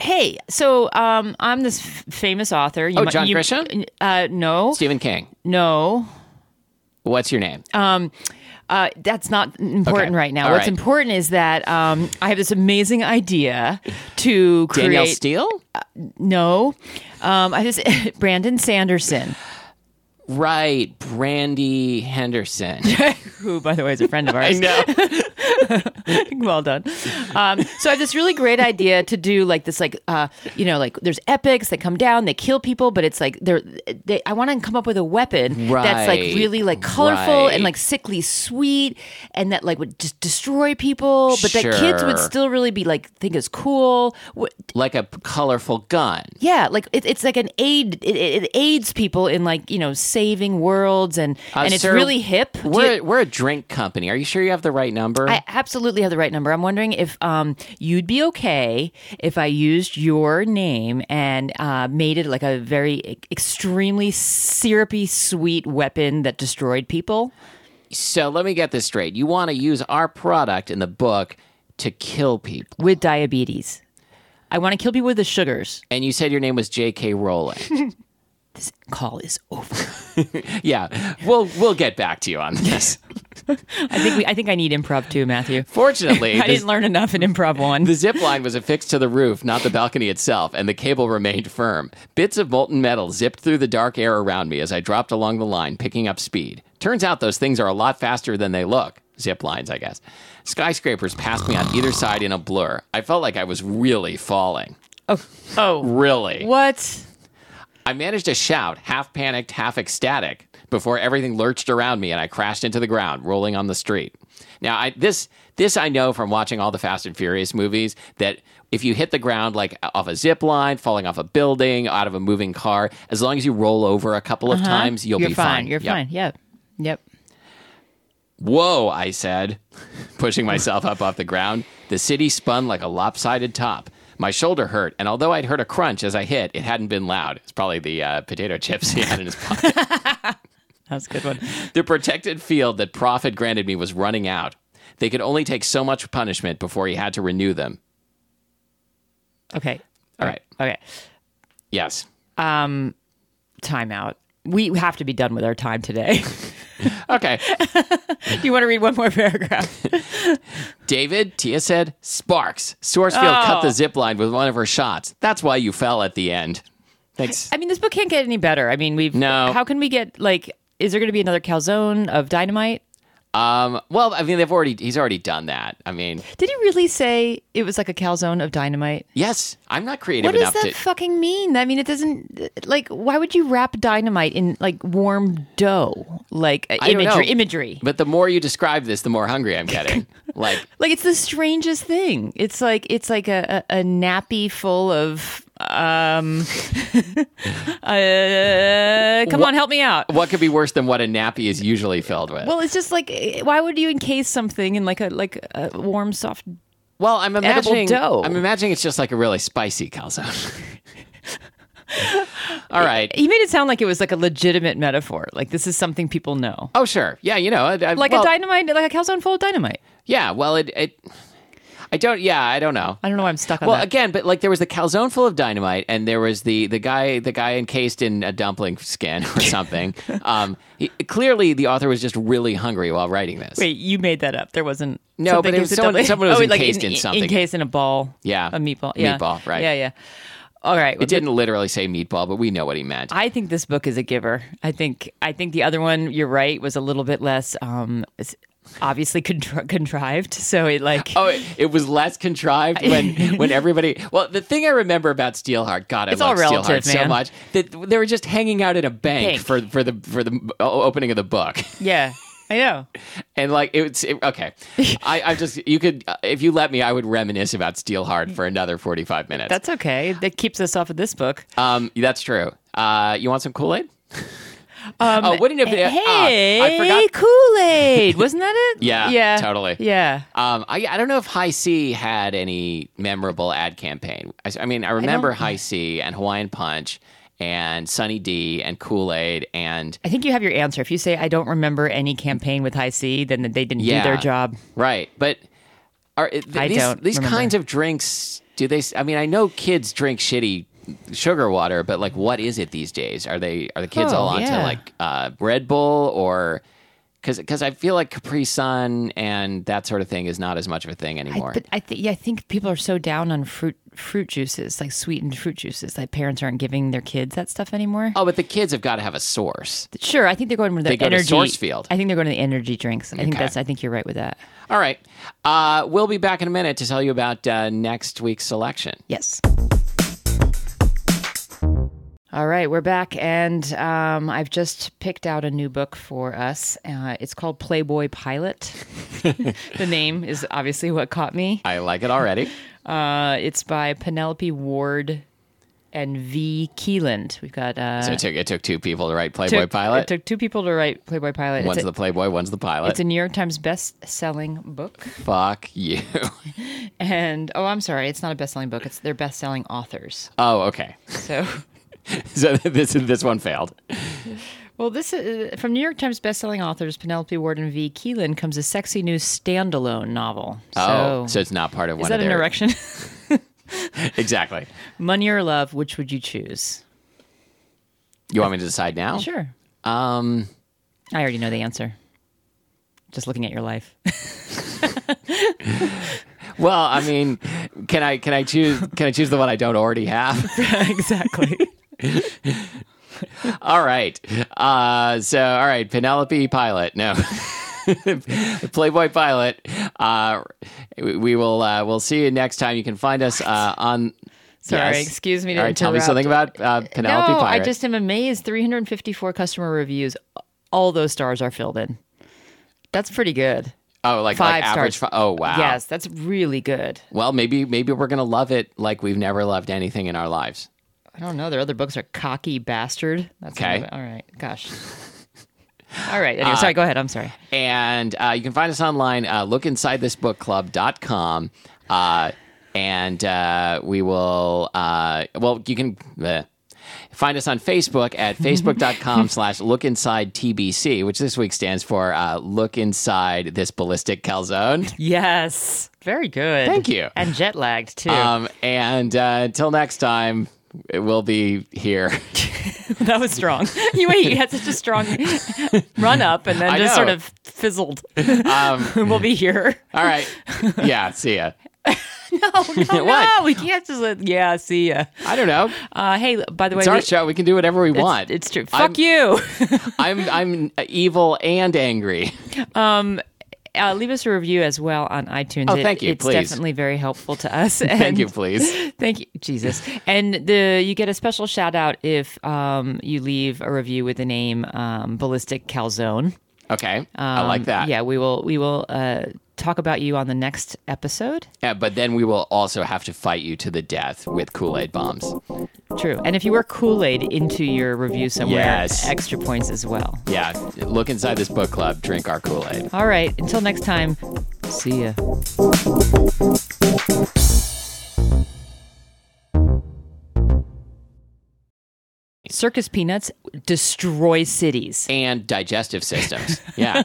Speaker 3: Hey, so um, I'm this f- famous author. You
Speaker 1: Oh,
Speaker 3: mi-
Speaker 1: John
Speaker 3: you-
Speaker 1: Grisham?
Speaker 3: Uh, no,
Speaker 1: Stephen King.
Speaker 3: no.
Speaker 1: What's your name?
Speaker 3: Uh, that's not important
Speaker 1: Okay.
Speaker 3: right now.
Speaker 1: All
Speaker 3: What's
Speaker 1: right.
Speaker 3: important is that um, I have this amazing idea to create.
Speaker 1: Danielle Steele.
Speaker 3: No, um, I just Brandon Sanderson,
Speaker 1: Right, Brandy Henderson.
Speaker 3: who by the way is a friend of ours.
Speaker 1: no.
Speaker 3: well done. Um, so I have this really great idea to do like this, like uh, you know, like there's epics that come down, they kill people, but it's like they're they. I want to come up with a weapon that's like
Speaker 1: Right.
Speaker 3: really like colorful
Speaker 1: Right.
Speaker 3: and like sickly sweet, and that like would just destroy people, but that kids
Speaker 1: Sure.
Speaker 3: would still really be like think is cool. What, aid.
Speaker 1: like a p- colorful gun.
Speaker 3: Yeah, like it, it's like an aid. It, it, it aids people in like you know saving worlds and
Speaker 1: Uh,
Speaker 3: and it's
Speaker 1: sir,
Speaker 3: really hip. Do you-
Speaker 1: We're we're a drink company. Are you sure you have the right number?
Speaker 3: I absolutely have the right number. I'm wondering if um, you'd be okay if I used your name and uh, made it like a very e- extremely syrupy sweet weapon that destroyed people.
Speaker 1: so let me get this straight. You want to use our product in the book to kill people.
Speaker 3: with diabetes. I want to kill people with the sugars.
Speaker 1: And you said your name was J.K. Rowling.
Speaker 3: This call is over.
Speaker 1: yeah, we'll we'll get back to you on this.
Speaker 3: I think we, I think I need improv too, Matthew.
Speaker 1: Fortunately,
Speaker 3: I
Speaker 1: the,
Speaker 3: didn't learn enough in improv one.
Speaker 1: the zip line was affixed to the roof, not the balcony itself, and the cable remained firm. Bits of molten metal zipped through the dark air around me as I dropped along the line, picking up speed. Turns out those things are a lot faster than they look. Zip lines, I guess. Skyscrapers passed me on either side in a blur. I felt like I was really falling.
Speaker 3: oh,
Speaker 1: Really.
Speaker 3: what?
Speaker 1: I managed to shout, half panicked, half ecstatic, before everything lurched around me and I crashed into the ground, rolling on the street. Now, I, this this I know from watching all the Fast and Furious movies that if you hit the ground like off a zip line, falling off a building, out of a moving car, as long as you roll over a couple of times, you'll
Speaker 3: Uh-huh. You're
Speaker 1: be
Speaker 3: fine.
Speaker 1: fine.
Speaker 3: You're
Speaker 1: Yep.
Speaker 3: fine. Yep. Yep.
Speaker 1: Whoa, I said, pushing myself up off the ground. The city spun like a lopsided top. My shoulder hurt, and although I'd heard a crunch as I hit, it hadn't been loud. It's probably the uh, potato chips he had in his pocket.
Speaker 3: That was a good one.
Speaker 1: The protected field that Prof had granted me was running out. They could only take so much punishment before he had to renew them.
Speaker 3: Okay.
Speaker 1: All right.
Speaker 3: Okay.
Speaker 1: Yes.
Speaker 3: Timeout. We have to be done with our time today.
Speaker 1: Okay.
Speaker 3: Do you want to read one more paragraph?
Speaker 1: David, Tia said, Sparks. Sourcefield cut
Speaker 3: Oh.
Speaker 1: the zip line with one of her shots. That's why you fell at the end. Thanks.
Speaker 3: I mean, this book can't get any better. I mean, we've
Speaker 1: No.
Speaker 3: How can we get like? Is there going to be another calzone of dynamite?
Speaker 1: Um, well, I mean, they've already, he's already done that. I mean,
Speaker 3: Did he really say it was like a calzone of dynamite?
Speaker 1: yes, I'm not creative
Speaker 3: What does
Speaker 1: enough
Speaker 3: that
Speaker 1: to.
Speaker 3: fucking mean? I mean, it doesn't like. Why would you wrap dynamite in like warm dough? Like uh,
Speaker 1: I don't
Speaker 3: imagery,
Speaker 1: know.
Speaker 3: imagery.
Speaker 1: but the more you describe this, the more hungry I'm getting. like,
Speaker 3: Like it's the strangest thing. It's like it's like a, a, a nappy full of. Um, uh, come on, help me out.
Speaker 1: what could be worse than what a nappy is usually filled with?
Speaker 3: Well, it's just like, eh, why would you encase something in like a like a warm, soft?
Speaker 1: Well, I'm imagining.
Speaker 3: dough.
Speaker 1: I'm imagining it's just like a really spicy calzone. All right.
Speaker 3: He made it sound like it was like a legitimate metaphor. Like this is something people know.
Speaker 1: Oh, sure. Yeah, you know, I, I-
Speaker 3: Like
Speaker 1: well,
Speaker 3: a dynamite, like a calzone full of dynamite.
Speaker 1: Yeah. Well, it, it. I don't. Yeah, I don't know.
Speaker 3: I don't know why I'm stuck on
Speaker 1: Well,
Speaker 3: that.
Speaker 1: again, but like there was the calzone full of dynamite, and there was the the guy the guy encased in a dumpling skin or something. um, he, clearly, the author was just really hungry while writing this.
Speaker 3: Wait, you made that up. There wasn't.
Speaker 1: No,
Speaker 3: something
Speaker 1: but it was
Speaker 3: as a
Speaker 1: someone-
Speaker 3: double-
Speaker 1: someone was
Speaker 3: oh,
Speaker 1: encased in something.
Speaker 3: Encased in a ball.
Speaker 1: Yeah.
Speaker 3: A meatball. Yeah.
Speaker 1: Meatball, right.
Speaker 3: Yeah, yeah. All right.
Speaker 1: It didn't literally say meatball, but we know what he meant.
Speaker 3: I think this book is a giver. I think I think the other one, you're right, was a little bit less um, s- obviously contri- contrived. So it like
Speaker 1: Oh, it, it was less contrived when when everybody. Well, the thing I remember about Steelheart, God, I
Speaker 3: It's all
Speaker 1: love Steelheart
Speaker 3: relative,
Speaker 1: so
Speaker 3: man.
Speaker 1: much that they were just hanging out in a bank,
Speaker 3: Bank.
Speaker 1: for for the for the o- opening of the book,
Speaker 3: yeah, I know.
Speaker 1: and like it's it, okay. I, I just you could uh, if you let me, I would reminisce about Steelheart for another forty five minutes.
Speaker 3: That's okay. That keeps us off of this book.
Speaker 1: um, that's true. Uh, you want some Kool Aid? oh, wouldn't it be? ah,
Speaker 3: Um, hey,
Speaker 1: I forgot.
Speaker 3: Kool Aid, wasn't that it?
Speaker 1: Yeah,
Speaker 3: yeah,
Speaker 1: totally.
Speaker 3: Yeah,
Speaker 1: Um, I, I don't know if High C had any memorable ad campaign. I, s- I mean, I remember High C and Hawaiian Punch and Sunny D and Kool Aid and
Speaker 3: I think you have your answer. If you say I don't remember any campaign with High C, then they didn't
Speaker 1: yeah,
Speaker 3: do their job.
Speaker 1: right. But are th-
Speaker 3: I
Speaker 1: these
Speaker 3: don't
Speaker 1: these
Speaker 3: remember.
Speaker 1: kinds of drinks? Do they? s- I mean, I know kids drink shitty sugar water, but like, what is it these days? Are they are the kids
Speaker 3: Oh,
Speaker 1: all onto
Speaker 3: yeah.
Speaker 1: like uh, Red Bull or? Because I feel like Capri Sun and that sort of thing is not as much of a thing anymore.
Speaker 3: But I think yeah, I think people are so down on fruit fruit juices, like sweetened fruit juices. Like parents aren't giving their kids that stuff anymore.
Speaker 1: oh, but the kids have got to have a source.
Speaker 3: Sure, I think they're going with the
Speaker 1: They go to
Speaker 3: energy
Speaker 1: Sourcefield.
Speaker 3: I think they're going to the energy drinks. I think that's. I think you're right with that.
Speaker 1: All right. Uh, we'll be back in a minute to tell you about uh, next week's selection.
Speaker 3: Yes. All right, we're back, and um, I've just picked out a new book for us. Uh, it's called Playboy Pilot. the name is obviously what caught me.
Speaker 1: I like it already.
Speaker 3: Uh, it's by Penelope Ward and V. Keeland. We've got. Uh,
Speaker 1: So it took, it took two people to write Playboy
Speaker 3: took-
Speaker 1: Pilot.
Speaker 3: It took two people to write Playboy Pilot.
Speaker 1: one's
Speaker 3: it's, a,
Speaker 1: the Playboy, one's the pilot.
Speaker 3: it's a New York Times best-selling book.
Speaker 1: Fuck you.
Speaker 3: And oh, I'm sorry, it's not a best-selling book. It's their best-selling authors.
Speaker 1: oh, okay.
Speaker 3: So,
Speaker 1: So this this one failed.
Speaker 3: well, this is uh, from New York Times best-selling authors Penelope Ward and V. Keelan comes a sexy new standalone novel.
Speaker 1: Oh,
Speaker 3: So,
Speaker 1: so it's not part of one
Speaker 3: is that
Speaker 1: of
Speaker 3: an
Speaker 1: their
Speaker 3: erection?
Speaker 1: exactly.
Speaker 3: Money or love? Which would you choose?
Speaker 1: You want me to decide now?
Speaker 3: Sure.
Speaker 1: Um,
Speaker 3: I already know the answer. Just looking at your life.
Speaker 1: well, I mean, can I can I choose can I choose the one I don't already have?
Speaker 3: exactly.
Speaker 1: all right. Uh, so all right, Penelope Pilot. No. Playboy Pilot. Uh, we we will uh, we'll see you next time. You can find us uh, on.
Speaker 3: Sorry,
Speaker 1: Yes.
Speaker 3: excuse me to
Speaker 1: All right, tell me
Speaker 3: interrupt.
Speaker 1: something about uh,
Speaker 3: No,
Speaker 1: Penelope Pilot.
Speaker 3: I just am amazed. 354 customer reviews. All those stars are filled in. That's pretty good.
Speaker 1: oh, like,
Speaker 3: five
Speaker 1: like average.
Speaker 3: stars.
Speaker 1: fi- oh wow.
Speaker 3: Yes, that's really good.
Speaker 1: Well, maybe maybe we're gonna love it like we've never loved anything in our lives.
Speaker 3: I don't know. Their other books are cocky bastard. That's
Speaker 1: Okay.
Speaker 3: not- all right. Gosh. All right. Anyway, sorry. Go ahead. I'm sorry.
Speaker 1: And uh, you can find us online. Uh, look inside this book club.com. Uh, and uh, we will, uh, well, you can uh, find us on Facebook at facebook.com slash look inside TBC, which this week stands for uh, look inside this ballistic calzone.
Speaker 3: Yes. Very good.
Speaker 1: Thank you.
Speaker 3: And jet lagged too.
Speaker 1: Um, and uh, until next time, we'll be here.
Speaker 3: that was strong. you wait. You had such a strong run up, and then
Speaker 1: I
Speaker 3: just sort
Speaker 1: know.
Speaker 3: of fizzled.
Speaker 1: Um,
Speaker 3: we'll be here.
Speaker 1: all right. Yeah, see ya.
Speaker 3: Oh,
Speaker 1: What?
Speaker 3: No, we can't just. Let, yeah. See ya.
Speaker 1: I don't know.
Speaker 3: Uh, hey. By the way,
Speaker 1: It's our
Speaker 3: we-
Speaker 1: show. We can do whatever we want.
Speaker 3: it's true.
Speaker 1: I'm-
Speaker 3: Fuck you.
Speaker 1: I'm I'm evil and angry.
Speaker 3: Uh, leave us a review as well on iTunes.
Speaker 1: Oh, thank you,
Speaker 3: It's
Speaker 1: please.
Speaker 3: definitely very helpful to us.
Speaker 1: Thank
Speaker 3: and-
Speaker 1: you, please.
Speaker 3: Thank you, Jesus. And the you get a special shout out if um, you leave a review with the name um, Ballistic Calzone.
Speaker 1: Okay, I like
Speaker 3: Um,
Speaker 1: that.
Speaker 3: Yeah, we will we will uh, talk about you on the next episode.
Speaker 1: Yeah, but then we will also have to fight you to the death with Kool Aid bombs.
Speaker 3: True. And if you wear Kool Aid into your review somewhere,
Speaker 1: Yes.
Speaker 3: extra points as well.
Speaker 1: Yeah, look inside this book club. Drink our Kool Aid.
Speaker 3: All right. Until next time. See ya. Circus peanuts destroy cities.
Speaker 1: And digestive systems. Yeah.